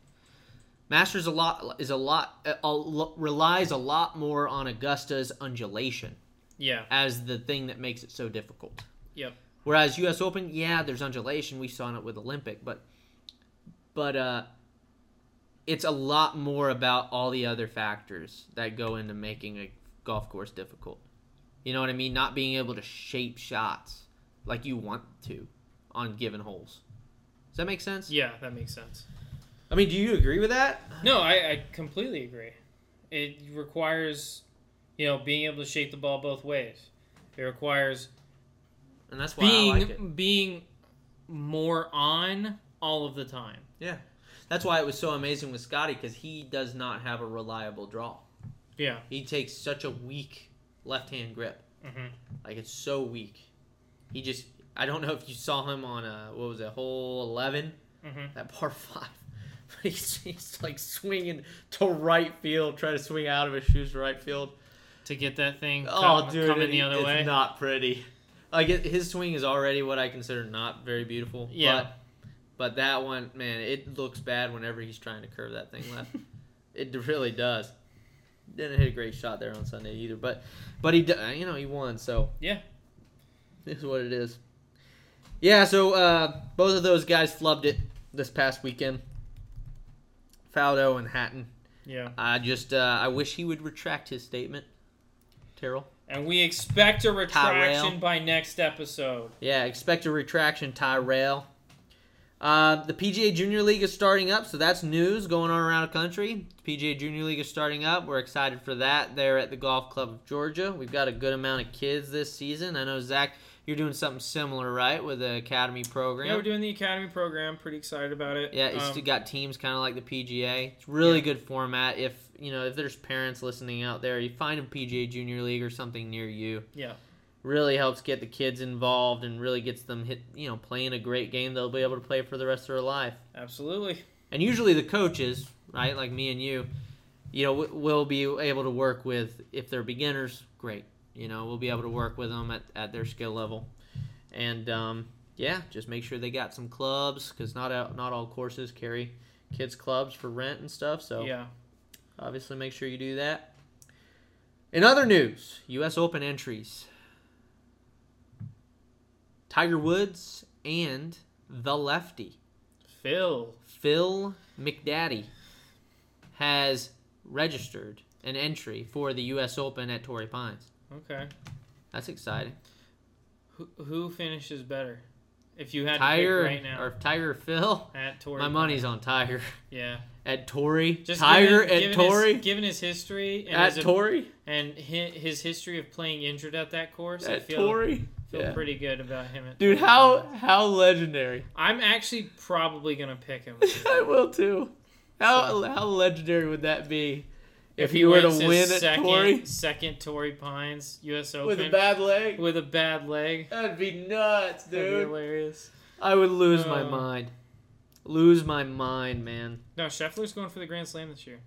S1: Masters a lot is a lot a, a lo- relies a lot more on Augusta's undulation
S2: Yeah,
S1: as the thing that makes it so difficult.
S2: yep.
S1: Whereas U.S. Open, yeah, there's undulation. We saw it with Olympic, but but uh, it's a lot more about all the other factors that go into making a golf course difficult. You know what I mean? Not being able to shape shots like you want to on given holes. Does that make sense?
S2: Yeah, that makes sense.
S1: I mean, do you agree with that?
S2: No, I, I completely agree. It requires, you know, being able to shape the ball both ways. It requires
S1: And that's why
S2: being
S1: I like it.
S2: being more on all of the time.
S1: Yeah. That's why it was so amazing with Scotty because he does not have a reliable draw.
S2: Yeah.
S1: He takes such a weak left hand grip.
S2: Mm-hmm.
S1: Like it's so weak. He just I don't know if you saw him on uh what was it hole eleven
S2: Mm-hmm.
S1: that par five, but he's, he's like swinging to right field, trying to swing out of his shoes to right field.
S2: To get that thing
S1: Oh,
S2: come-
S1: dude,
S2: coming
S1: it-
S2: the other
S1: it's
S2: way.
S1: not pretty. Like it, his swing is already what I consider not very beautiful.
S2: Yeah.
S1: But, but that one, man, it looks bad whenever he's trying to curve that thing left. it really does. Didn't hit a great shot there on Sunday either, but but he d- uh, you know he won so
S2: Yeah.
S1: is what it is. Yeah, so uh, both of those guys flubbed it this past weekend. Faldo and Hatton.
S2: yeah.
S1: I just uh, I wish he would retract his statement. Terrell.
S2: And we expect a retraction
S1: Tyrell.
S2: by next episode.
S1: Yeah, expect a retraction, Tyrell. Uh, the PGA Junior League is starting up, so that's news going on around the country. The PGA Junior League is starting up. We're excited for that there at the Golf Club of Georgia. We've got a good amount of kids this season. I know, Zach, you're doing something similar, right, with the Academy program?
S2: Yeah, we're doing the academy program. Pretty excited about it.
S1: Yeah, it's
S2: Um,
S1: still got teams kind of like the PGA. It's really
S2: Yeah.
S1: good format. If you know, if there's parents listening out there, you find a PGA Junior League or something near you.
S2: Yeah.
S1: Really helps get the kids involved and really gets them hit. You know, playing a great game they'll be able to play for the rest of their life.
S2: absolutely.
S1: And usually the coaches, right, like me and you, you know, w- will be able to work with if they're beginners. Great, you know, we'll be able to work with them at, at their skill level, and um, yeah, just make sure they got some clubs because not out, not all courses carry kids clubs for rent and stuff. So
S2: Yeah.
S1: obviously, make sure you do that. In other news, U.S. Open entries: Tiger Woods and the lefty.
S2: Phil.
S1: Phil McDaddy has registered an entry for the U.S. Open at Torrey Pines.
S2: Okay.
S1: That's exciting.
S2: Who, who finishes better? If you had
S1: Tiger
S2: to pick right now
S1: or Tiger or Phil?
S2: at Torrey.
S1: My money's on Tiger
S2: Yeah.
S1: at Torrey.
S2: Just
S1: Tiger
S2: given,
S1: at
S2: given
S1: Torrey
S2: His, given his history and
S1: at
S2: his,
S1: Torrey
S2: and his, his history of playing injured at that course, I
S1: at
S2: feel
S1: Torrey.
S2: feel
S1: Yeah.
S2: pretty good about him. At
S1: Dude,
S2: Torrey.
S1: how how legendary!
S2: I'm actually probably gonna pick him
S1: I will too. How how legendary would that be if, he,
S2: he
S1: were to
S2: wins his
S1: win at
S2: second,
S1: Torrey
S2: Second Torrey Pines U.S. Open
S1: with a bad leg?
S2: with a bad leg.
S1: That'd be nuts,
S2: That'd be
S1: dude.
S2: hilarious.
S1: I would lose my
S2: Oh.
S1: mind. Lose my mind, man.
S2: No, Scheffler's going for the Grand Slam this year.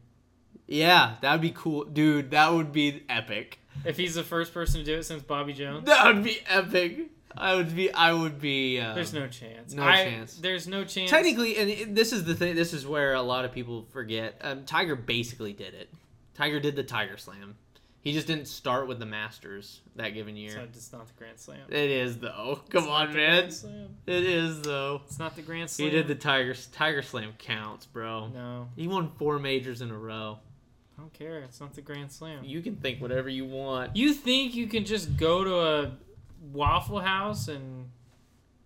S1: Yeah, that would be cool. Dude, that would be epic.
S2: If he's the first person to do it since Bobby Jones,
S1: That would be epic. I would be I would be uh,
S2: there's no chance.
S1: no
S2: I-
S1: chance.
S2: There's no chance.
S1: Technically, and it- this is the thing this is where a lot of people forget. Um, Tiger basically did it. Tiger did the Tiger Slam. He just didn't start with the Masters that given
S2: So
S1: year.
S2: it's not the Grand Slam.
S1: It is though. Come
S2: It's not
S1: on,
S2: the
S1: man.
S2: Grand Slam.
S1: It is though.
S2: It's not the Grand Slam.
S1: He did the Tiger Tiger Slam counts, bro.
S2: No,
S1: He won four majors in a row.
S2: I don't care. It's not the Grand Slam.
S1: You can think whatever you want.
S2: You think you can just go to a Waffle House and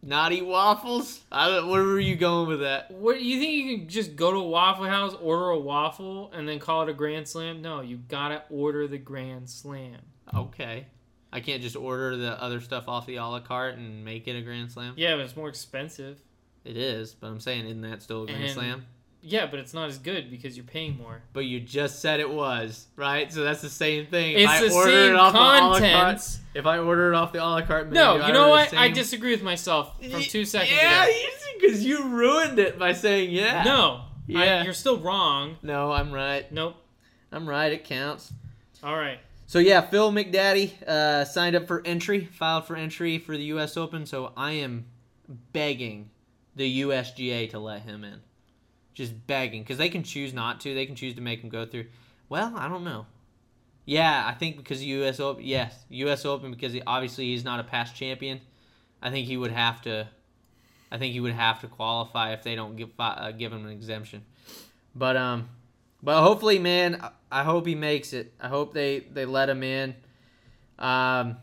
S1: Naughty waffles? I don't. Where were you going with that?
S2: What you think you can just go to Waffle House, order a waffle, and then call it a grand slam? No, you gotta order the grand slam.
S1: Okay. I can't just order the other stuff off the a la carte and make it a grand slam.
S2: Yeah, but it's more expensive.
S1: It is, but I'm saying isn't that still a grand
S2: And-
S1: slam?
S2: Yeah, but it's not as good because you're paying more.
S1: But you just said it was right, so that's the same thing.
S2: It's the same
S1: the a la carte,
S2: contents.
S1: if I order it off the a la carte menu,
S2: No,
S1: I
S2: you know
S1: order the
S2: what? I
S1: same-
S2: disagree with myself from
S1: Y-
S2: two seconds
S1: Yeah,
S2: ago.
S1: because you ruined it by saying yeah.
S2: No,
S1: Yeah.
S2: I, you're still wrong.
S1: no, I'm right.
S2: Nope.
S1: I'm right. It counts.
S2: All right.
S1: So yeah, Phil McDaddy uh, signed up for entry, filed for entry for the U.S. Open. So I am begging the USGA to let him in, just begging, because they can choose not to. They can choose to make him go through. Well, I don't know. Yeah, I think because the U.S. Open, yes, U.S. Open, because he, obviously he's not a past champion. I think he would have to. I think he would have to qualify if they don't give uh, give him an exemption. But um, but hopefully, man, I- I hope he makes it. I hope they they let him in. Um,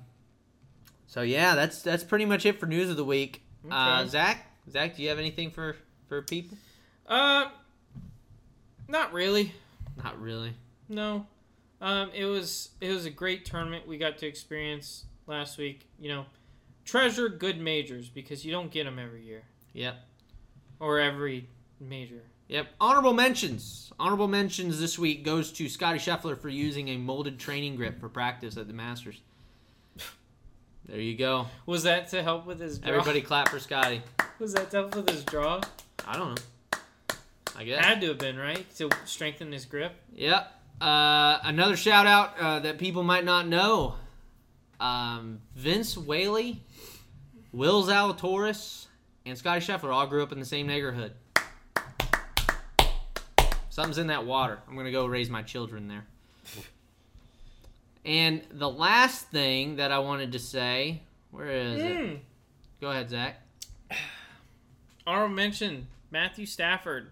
S1: so yeah, that's that's pretty much it for news of the week. Uh,
S2: Okay.
S1: Zach, Zach, do you have anything for for people?
S2: Uh, not really.
S1: Not really.
S2: No. Um, it was it was a great tournament we got to experience last week. You know, treasure good majors because you don't get them every year
S1: Yep.
S2: or every major.
S1: Yep. Honorable mentions. Honorable mentions this week goes to Scotty Scheffler for using a molded training grip for practice at the Masters. There you go.
S2: Was that to help with his draw?
S1: Everybody clap for Scotty.
S2: was that to help with his draw?
S1: I don't know. I guess.
S2: Had to have been right to strengthen his grip.
S1: Yep. Uh, another shout out uh, that people might not know um, Vince Whaley, Will Zalatoris, and Scotty Scheffler all grew up in the same neighborhood. Something's in that water. I'm going to go raise my children there. And the last thing that I wanted to say, where is it?
S2: Mm.
S1: Go ahead, Zach.
S2: Honorable mention: Matthew Stafford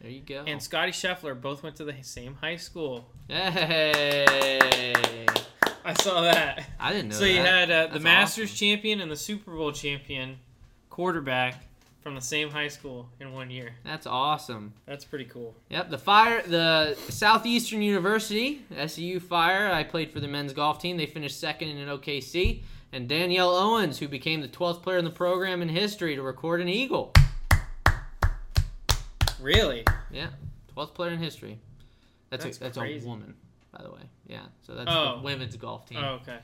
S1: There you go.
S2: and Scotty Scheffler both went to the same high school.
S1: Hey!
S2: I saw that.
S1: I didn't know
S2: So you
S1: that.
S2: had uh, the
S1: That's
S2: Masters
S1: awesome.
S2: champion and the Super Bowl champion quarterback from the same high school in one year.
S1: That's awesome.
S2: That's pretty cool.
S1: Yep, the fire, the Southeastern University SU Fire. I played for the men's golf team. They finished second in OKC, and Danielle Owens, who became the 12th player in the program in history to record an eagle.
S2: Really?
S1: Yeah, 12th player in history. That's
S2: That's
S1: a, that's
S2: crazy.
S1: a woman, by the way. Yeah, so that's
S2: Oh.
S1: the women's golf team.
S2: Oh, okay.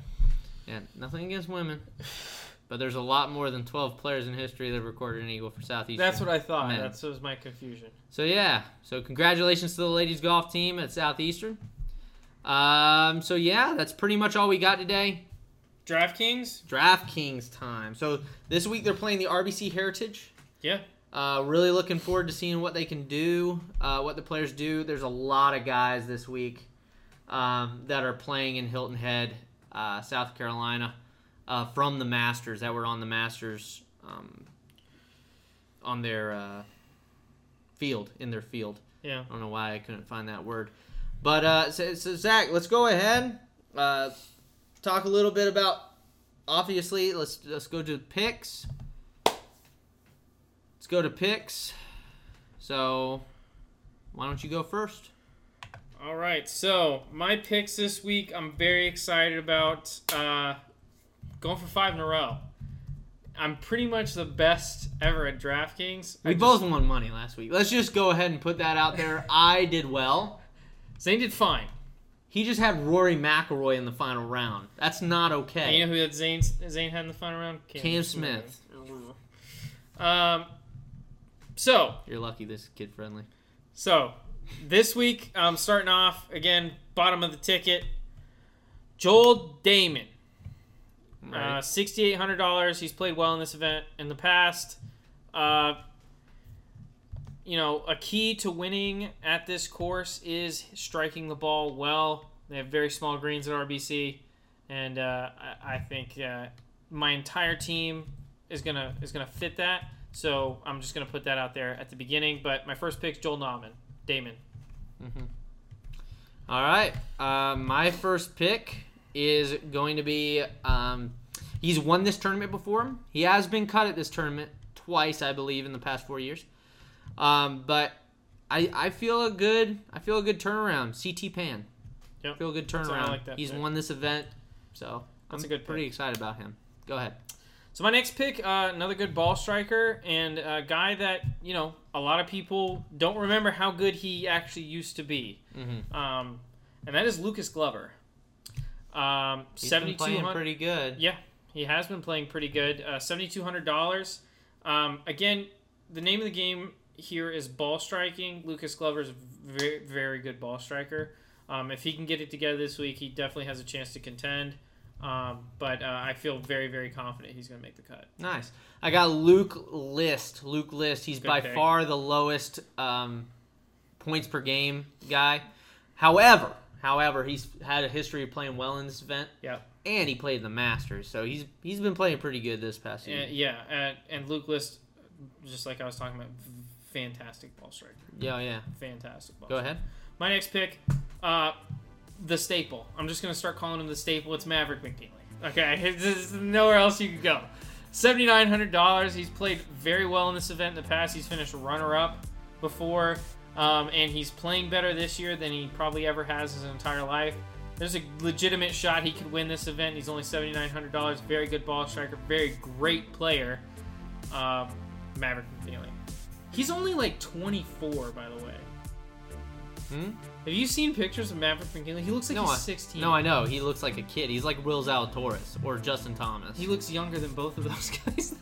S1: Yeah, nothing against women, but there's a lot more than 12 players in history that have recorded an eagle for Southeastern.
S2: That's what I thought.
S1: Man.
S2: That's That was my confusion.
S1: So yeah, so congratulations to the ladies golf team at Southeastern. Um, so yeah, that's pretty much all we got today.
S2: DraftKings?
S1: DraftKings time. So this week they're playing the RBC Heritage.
S2: Yeah.
S1: Uh, really looking forward to seeing what they can do, uh, what the players do. There's a lot of guys this week um, that are playing in Hilton Head, uh, South Carolina, uh, from the Masters that were on the Masters um, on their uh, field in their field.
S2: Yeah.
S1: I don't know why I couldn't find that word. But uh, so, so Zach, let's go ahead. Uh, talk a little bit about. Obviously, let's let's go to picks. Let's go to picks. So, why don't you go first?
S2: All right. So, my picks this week, I'm very excited about uh, going for five in a row. I'm pretty much the best ever at DraftKings.
S1: We
S2: I
S1: both won money last week. Let's just go ahead and put that out there. I did well.
S2: just- Zane did fine.
S1: He just had Rory McIlroy in the final round. That's not okay.
S2: And you know who that Zane Zane had in the final round?
S1: Cam Smith.
S2: Um. So
S1: You're lucky this is kid friendly.
S2: so, this week I'm starting off again bottom of the ticket. Joel Damon, uh, sixty eight hundred dollars. He's played well in this event in the past. Uh, you know, a key to winning at this course is striking the ball well. They have very small greens at RBC, and uh, I, I think uh, my entire team is gonna is gonna fit that. So I'm just gonna put that out there at the beginning. But my first pick's Joel Nauman, Damon.
S1: Mm-hmm. All right. Uh, my first pick is going to be um, He's won this tournament before. He has been cut at this tournament twice, I believe, in the past four years. Um, but I I feel a good I feel a good turnaround. CT Pan.
S2: Yep.
S1: I feel a good
S2: I
S1: turnaround.
S2: like that
S1: He's
S2: pick.
S1: won this event, so
S2: That's
S1: I'm
S2: a good pick.
S1: pretty excited about him. Go ahead.
S2: So my next pick, uh, another good ball striker and a guy that you know a lot of people don't remember how good he actually used to be,
S1: Mhm.
S2: um, and that is Lucas Glover. Um,
S1: He's
S2: seventy
S1: been
S2: two
S1: playing
S2: hundred.
S1: pretty good.
S2: Yeah, he has been playing pretty good. Uh, seventy two hundred dollars. Um, again, the name of the game here is ball striking. Lucas Glover's a very very good ball striker. Um, if he can get it together this week, he definitely has a chance to contend. Um, but uh, I feel very very confident he's going to make the cut.
S1: Nice. I got Luke List. Luke List. He's
S2: Good
S1: by
S2: pick.
S1: far the lowest um, points per game guy. However, however, he's had a history of playing well in this event,
S2: Yeah.
S1: and he played in the Masters, so he's he's been playing pretty good this past
S2: Yeah,
S1: year.
S2: yeah, and, and Luke List, just like I was talking about, v- fantastic ball striker,
S1: Yeah, yeah.
S2: fantastic ball.
S1: Go
S2: striker.
S1: ahead.
S2: My next pick, uh, the staple. I'm just gonna start calling him the staple. It's Maverick McNeely. Okay, there's nowhere else you can go. Seventy nine hundred dollars. He's played very well in this event in the past. He's finished runner up before, um, and he's playing better this year than he probably ever has his entire life. There's a legitimate shot he could win this event. He's only seventy nine hundred dollars. Very good ball striker. Very great player. Uh, Maverick McNeely. He's only like 24, by the way.
S1: Hmm?
S2: Have you seen pictures of Maverick McKinley? He looks like
S1: no,
S2: he's
S1: I,
S2: 16.
S1: no, I know. He looks like a kid. He's like Will Zalatoris or Justin Thomas.
S2: He looks younger than both of those guys.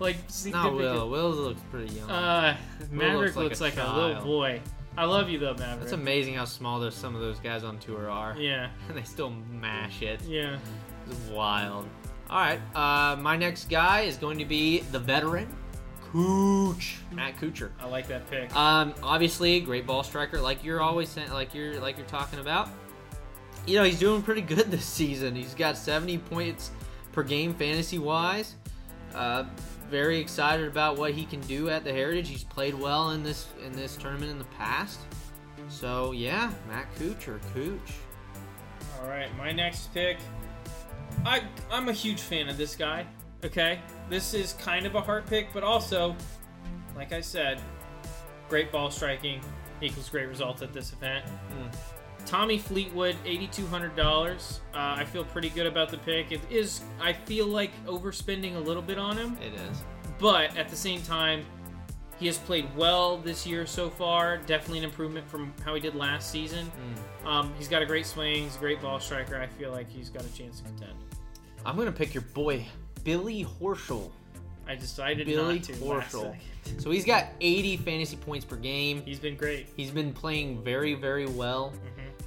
S2: like,
S1: no,
S2: significant-
S1: Will. Will looks pretty young.
S2: Uh, Maverick
S1: looks like
S2: looks
S1: a
S2: like, a, little
S1: child.
S2: boy. I love you though, Maverick.
S1: That's amazing how small those some of those guys on tour are,
S2: yeah,
S1: and they still mash it.
S2: yeah.
S1: This is wild. All right, uh, my next guy is going to be the veteran, Cooch, Matt Kuchar.
S2: I like that pick.
S1: Um, obviously, great ball striker, like you're always saying, like you're like you're talking about. You know, he's doing pretty good this season. He's got 70 points per game fantasy wise. Uh, very excited about what he can do at the Heritage. He's played well in this in this tournament in the past. So yeah, Matt Kuchar, Cooch.
S2: All right, my next pick. I I'm a huge fan of this guy. Okay, this is kind of a heart pick, but also, like I said, great ball striking equals great results at this event.
S1: Mm.
S2: Tommy Fleetwood, eighty-two hundred dollars. Uh, I feel pretty good about the pick. It is. I feel like overspending a little bit on him,
S1: It is.
S2: but at the same time, he has played well this year so far. Definitely an improvement from how he did last season.
S1: Mm.
S2: Um, he's got a great swing. He's a great ball striker. I feel like he's got a chance to contend.
S1: I'm gonna pick your boy, Billy Horschel.
S2: I decided
S1: Billy
S2: not to. last
S1: Horschel.
S2: second.
S1: So he's got 80 fantasy points per game.
S2: He's been great.
S1: He's been playing very, very well.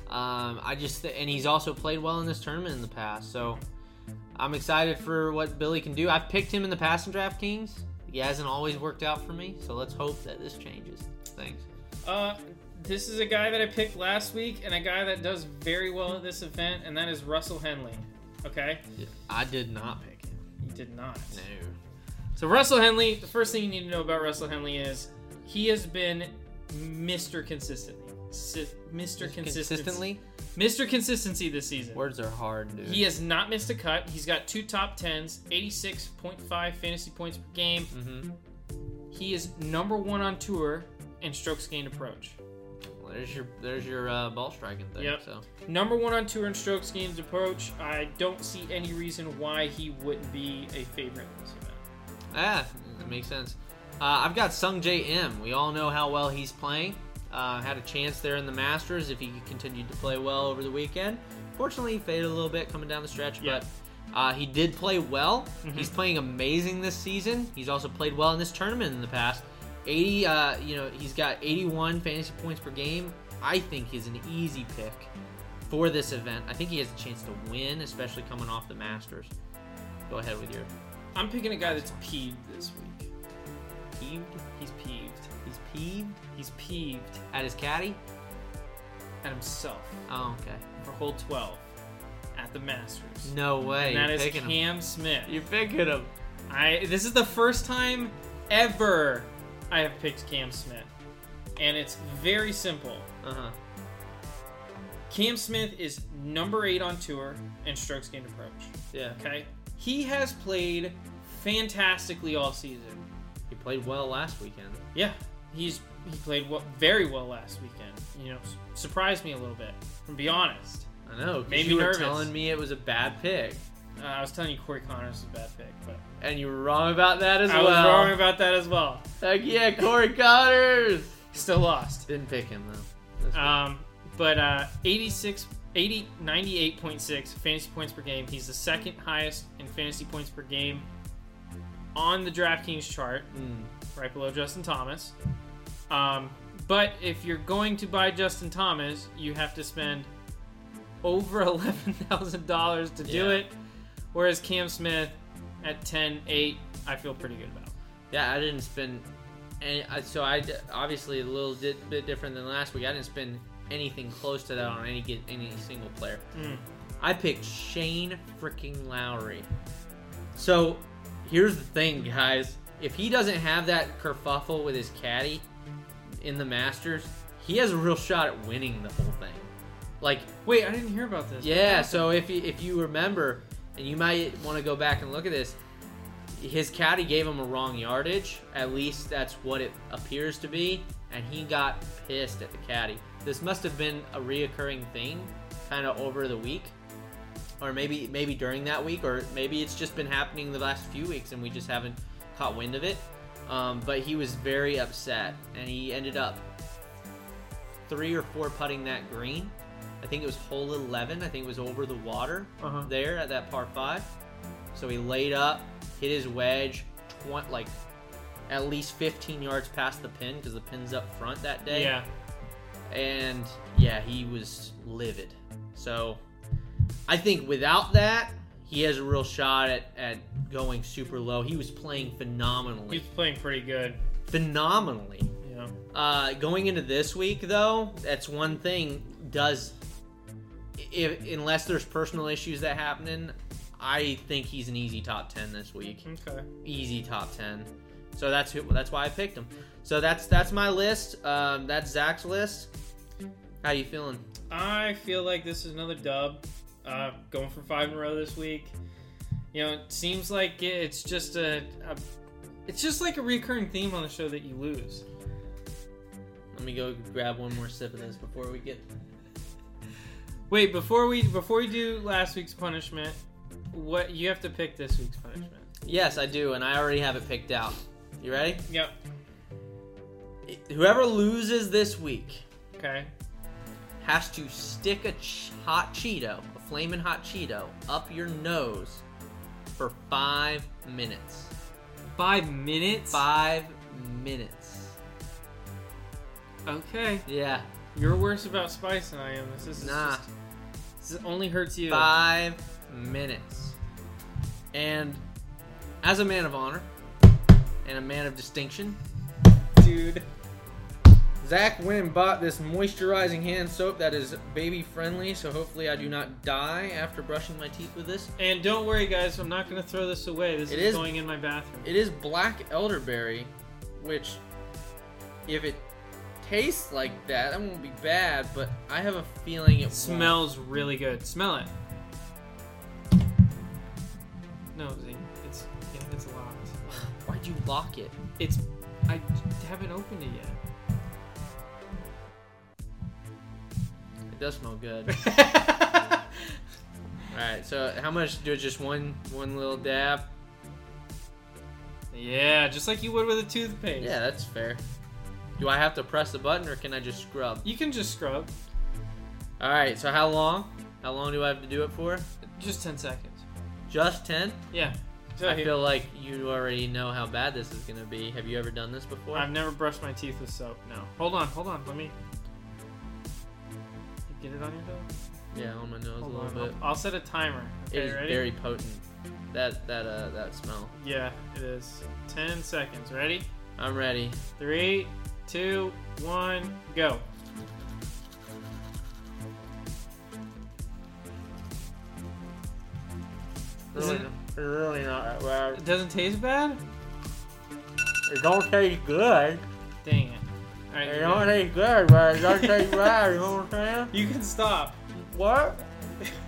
S1: Um, I just th- and he's also played well in this tournament in the past. So I'm excited for what Billy can do. I've picked him in the past in DraftKings. He hasn't always worked out for me. So let's hope that this changes things.
S2: Uh, this is a guy that I picked last week, and a guy that does very well at this event, and that is Russell Henley. Okay,
S1: I did not pick him.
S2: he did not.
S1: No.
S2: So Russell Henley, the first thing you need to know about Russell Henley is he has been Mr. Consistent. Si- Mr.
S1: Consistently,
S2: Consistency. Mr. Consistency this season.
S1: words are hard, dude.
S2: He has not missed a cut. He's got two top tens, 86.5 fantasy points per game.
S1: hmm
S2: He is number one on tour in strokes gained approach.
S1: there's your there's your uh, ball striking thing.
S2: Yep.
S1: So
S2: Number one on tour in strokes gained approach. I don't see any reason why he wouldn't be a favorite in this event.
S1: Yeah, that makes sense. Uh, I've got Sung J M. We all know how well he's playing. Uh, had a chance there in the Masters if he continued to play well over the weekend. Fortunately, he faded a little bit coming down the stretch,
S2: Yeah.
S1: but uh, he did play well. He's playing amazing this season. He's also played well in this tournament in the past. 80, uh, you know, he's got 81 fantasy points per game. I think he's an easy pick for this event. I think he has a chance to win, especially coming off the Masters. Go ahead with your
S2: I'm picking a guy that's peeved this week.
S1: peeved.
S2: He's peeved.
S1: He's peeved.
S2: He's peeved
S1: At his caddy?
S2: at himself
S1: Oh, okay.
S2: for hole 12 at the Masters.
S1: No way.
S2: And that
S1: You're
S2: is
S1: picking him.
S2: Cam Smith.
S1: You're picking him.
S2: I this is the first time ever I have picked Cam Smith. And it's very simple.
S1: Uh huh.
S2: Cam Smith is number 8 on tour in strokes gained approach.
S1: Yeah.
S2: Okay? He has played fantastically all season.
S1: He played well last weekend.
S2: Yeah, he's he played well, very well last weekend. You know, s- surprised me a little bit. To be honest,
S1: I know. 'cause
S2: Made me
S1: you were
S2: nervous.
S1: telling me it was a bad pick,
S2: uh, I was telling you Corey Connors is a bad pick, but
S1: and you were wrong about that as
S2: I
S1: well.
S2: was wrong about that as well.
S1: Heck yeah, Corey Connors.
S2: Still lost.
S1: Didn't pick him though. That's
S2: Um, but uh, 86, 80, 98.6 fantasy points per game. He's the second highest in fantasy points per game on the DraftKings chart,
S1: fine. Mm.
S2: right below Justin Thomas. Um, but if you're going to buy Justin Thomas, you have to spend over eleven thousand dollars to do
S1: Yeah.
S2: it. Whereas Cam Smith at 10, 8, I feel pretty good about.
S1: Yeah, I didn't spend. Any, I- so I d- obviously a little di- bit different than last week. I didn't spend anything close to that on any get any single player.
S2: Mm.
S1: I picked Shane freaking Lowry. So here's the thing, guys. If he doesn't have that kerfuffle with his caddy in the Masters, he has a real shot at winning the whole thing. Like
S2: Wait, I didn't hear about this.
S1: yeah, so if you, if you remember, and you might want to go back and look at this, his caddy gave him a wrong yardage. At least that's what it appears to be, and he got pissed at the caddy. This must have been a reoccurring thing, kind of over the week, or maybe maybe during that week, or maybe it's just been happening the last few weeks, and we just haven't caught wind of it. Um, but he was very upset, and he ended up three or four putting that green. I think it was hole 11. I think it was over the water
S2: Uh-huh.
S1: there at that par five. So he laid up, hit his wedge, tw- like at least 15 yards past the pin because the pin's up front that day.
S2: Yeah.
S1: And yeah, he was livid. So I think without that, he has a real shot at, at going super low. He was playing
S2: He's
S1: phenomenally.
S2: playing pretty good.
S1: Phenomenally.
S2: You know.
S1: Uh, going into this week, though, that's one thing. Does if unless there's personal issues that happening, I think he's an easy top ten this week.
S2: Okay.
S1: Easy top ten. So that's who. That's why I picked him. So that's that's my list. Um, that's Zach's list. How you feeling?
S2: I feel like this is another dub. Uh, going for five in a row this week. You know, it seems like it- it's just a, a, it's just like a recurring theme on the show that you lose.
S1: Let me go grab one more sip of this before we get.
S2: Wait, before we before we do last week's punishment, what you have to pick this week's punishment?
S1: Yes, I do, and I already have it picked out. You ready?
S2: Yep.
S1: Whoever loses this week
S2: Okay.
S1: has to stick a ch- hot Cheeto, a flaming hot Cheeto, up your nose for five minutes.
S2: Five minutes.
S1: Five minutes.
S2: Okay.
S1: Yeah,
S2: You're worse about spice than I am. This is
S1: nah,
S2: Just, this only hurts you.
S1: five minutes. And as a man of honor and a man of distinction,
S2: dude.
S1: Zach went and bought this moisturizing hand soap that is baby friendly, so hopefully I do not die after brushing my teeth with this.
S2: And don't worry, guys. I'm not gonna throw this away. This
S1: It
S2: is
S1: is-
S2: going in my bathroom.
S1: It is black elderberry, which, if it tastes like that, that won't be bad. But I have a feeling it won't.
S2: Smells really good. Smell it. No, Zing. It's yeah, it's locked.
S1: Why'd you lock it?
S2: It's I haven't opened it
S1: It does smell good.
S2: yet.
S1: All right. So how much? Do it just one one little dab?
S2: yeah, just like you would with a toothpaste.
S1: Yeah, that's fair. Do I have to press the button or can I just scrub?
S2: You can just scrub.
S1: All right. So how long? How long do I have to do it for?
S2: Just ten seconds.
S1: Just ten?
S2: Yeah. So
S1: I
S2: here-
S1: feel like you already know how bad this is gonna be. Have you ever done this before?
S2: I've never brushed my teeth with soap. No. Hold on, hold on. Let me. You get it on your toe?
S1: yeah, on my nose a
S2: Hold
S1: little
S2: on.
S1: bit.
S2: I'll- I'll, set a timer. Okay,
S1: It is
S2: ready?
S1: very potent. That that uh that smell.
S2: Yeah, it is. Ten seconds. Ready?
S1: I'm ready.
S2: Three, two, one, go. Isn't it-
S1: really not that bad.
S2: It doesn't taste bad?
S1: It don't taste good.
S2: Dang it. Alright, you're good.
S1: taste good, but
S2: it don't taste bad, you
S1: know what I'm saying?
S2: you can stop.
S1: What?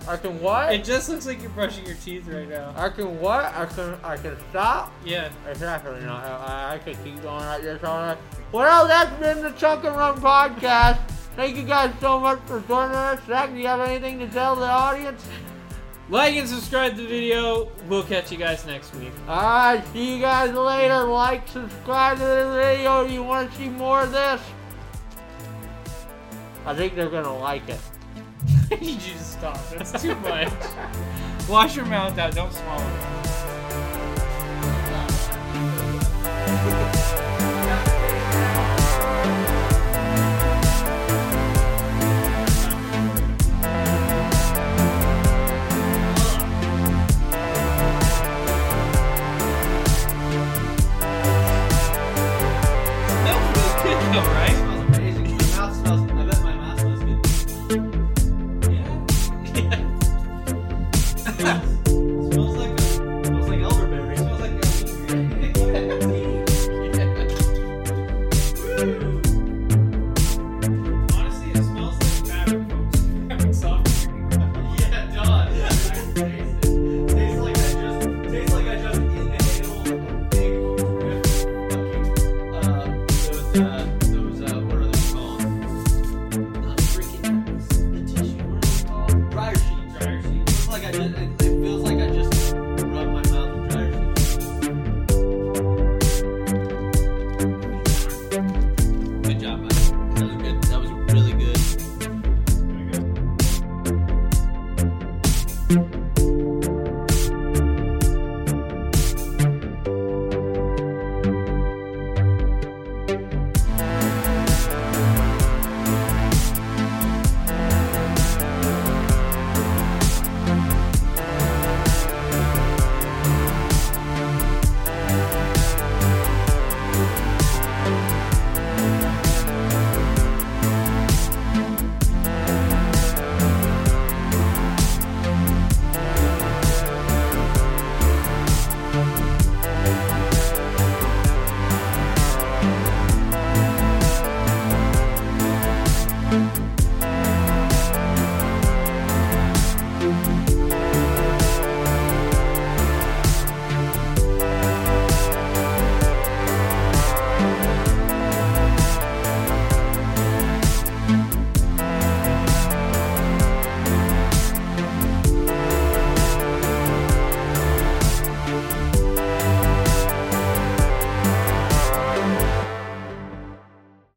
S1: I can what?
S2: It just looks like you're brushing your teeth right now.
S1: I can what? I can I can stop.
S2: Yeah.
S1: Exactly. You know, I, I- I could keep going like this all night. Well, that's been the Chunk and Run podcast. Thank you guys so much for joining us. Zach, do you have anything to tell the audience?
S2: Like and subscribe to the video. We'll catch you guys next week.
S1: All right, see you guys later. Like, subscribe to the video. if You want to see more of this? I think they're gonna like it.
S2: I need you to stop. That's too much. Wash your mouth out. Don't swallow.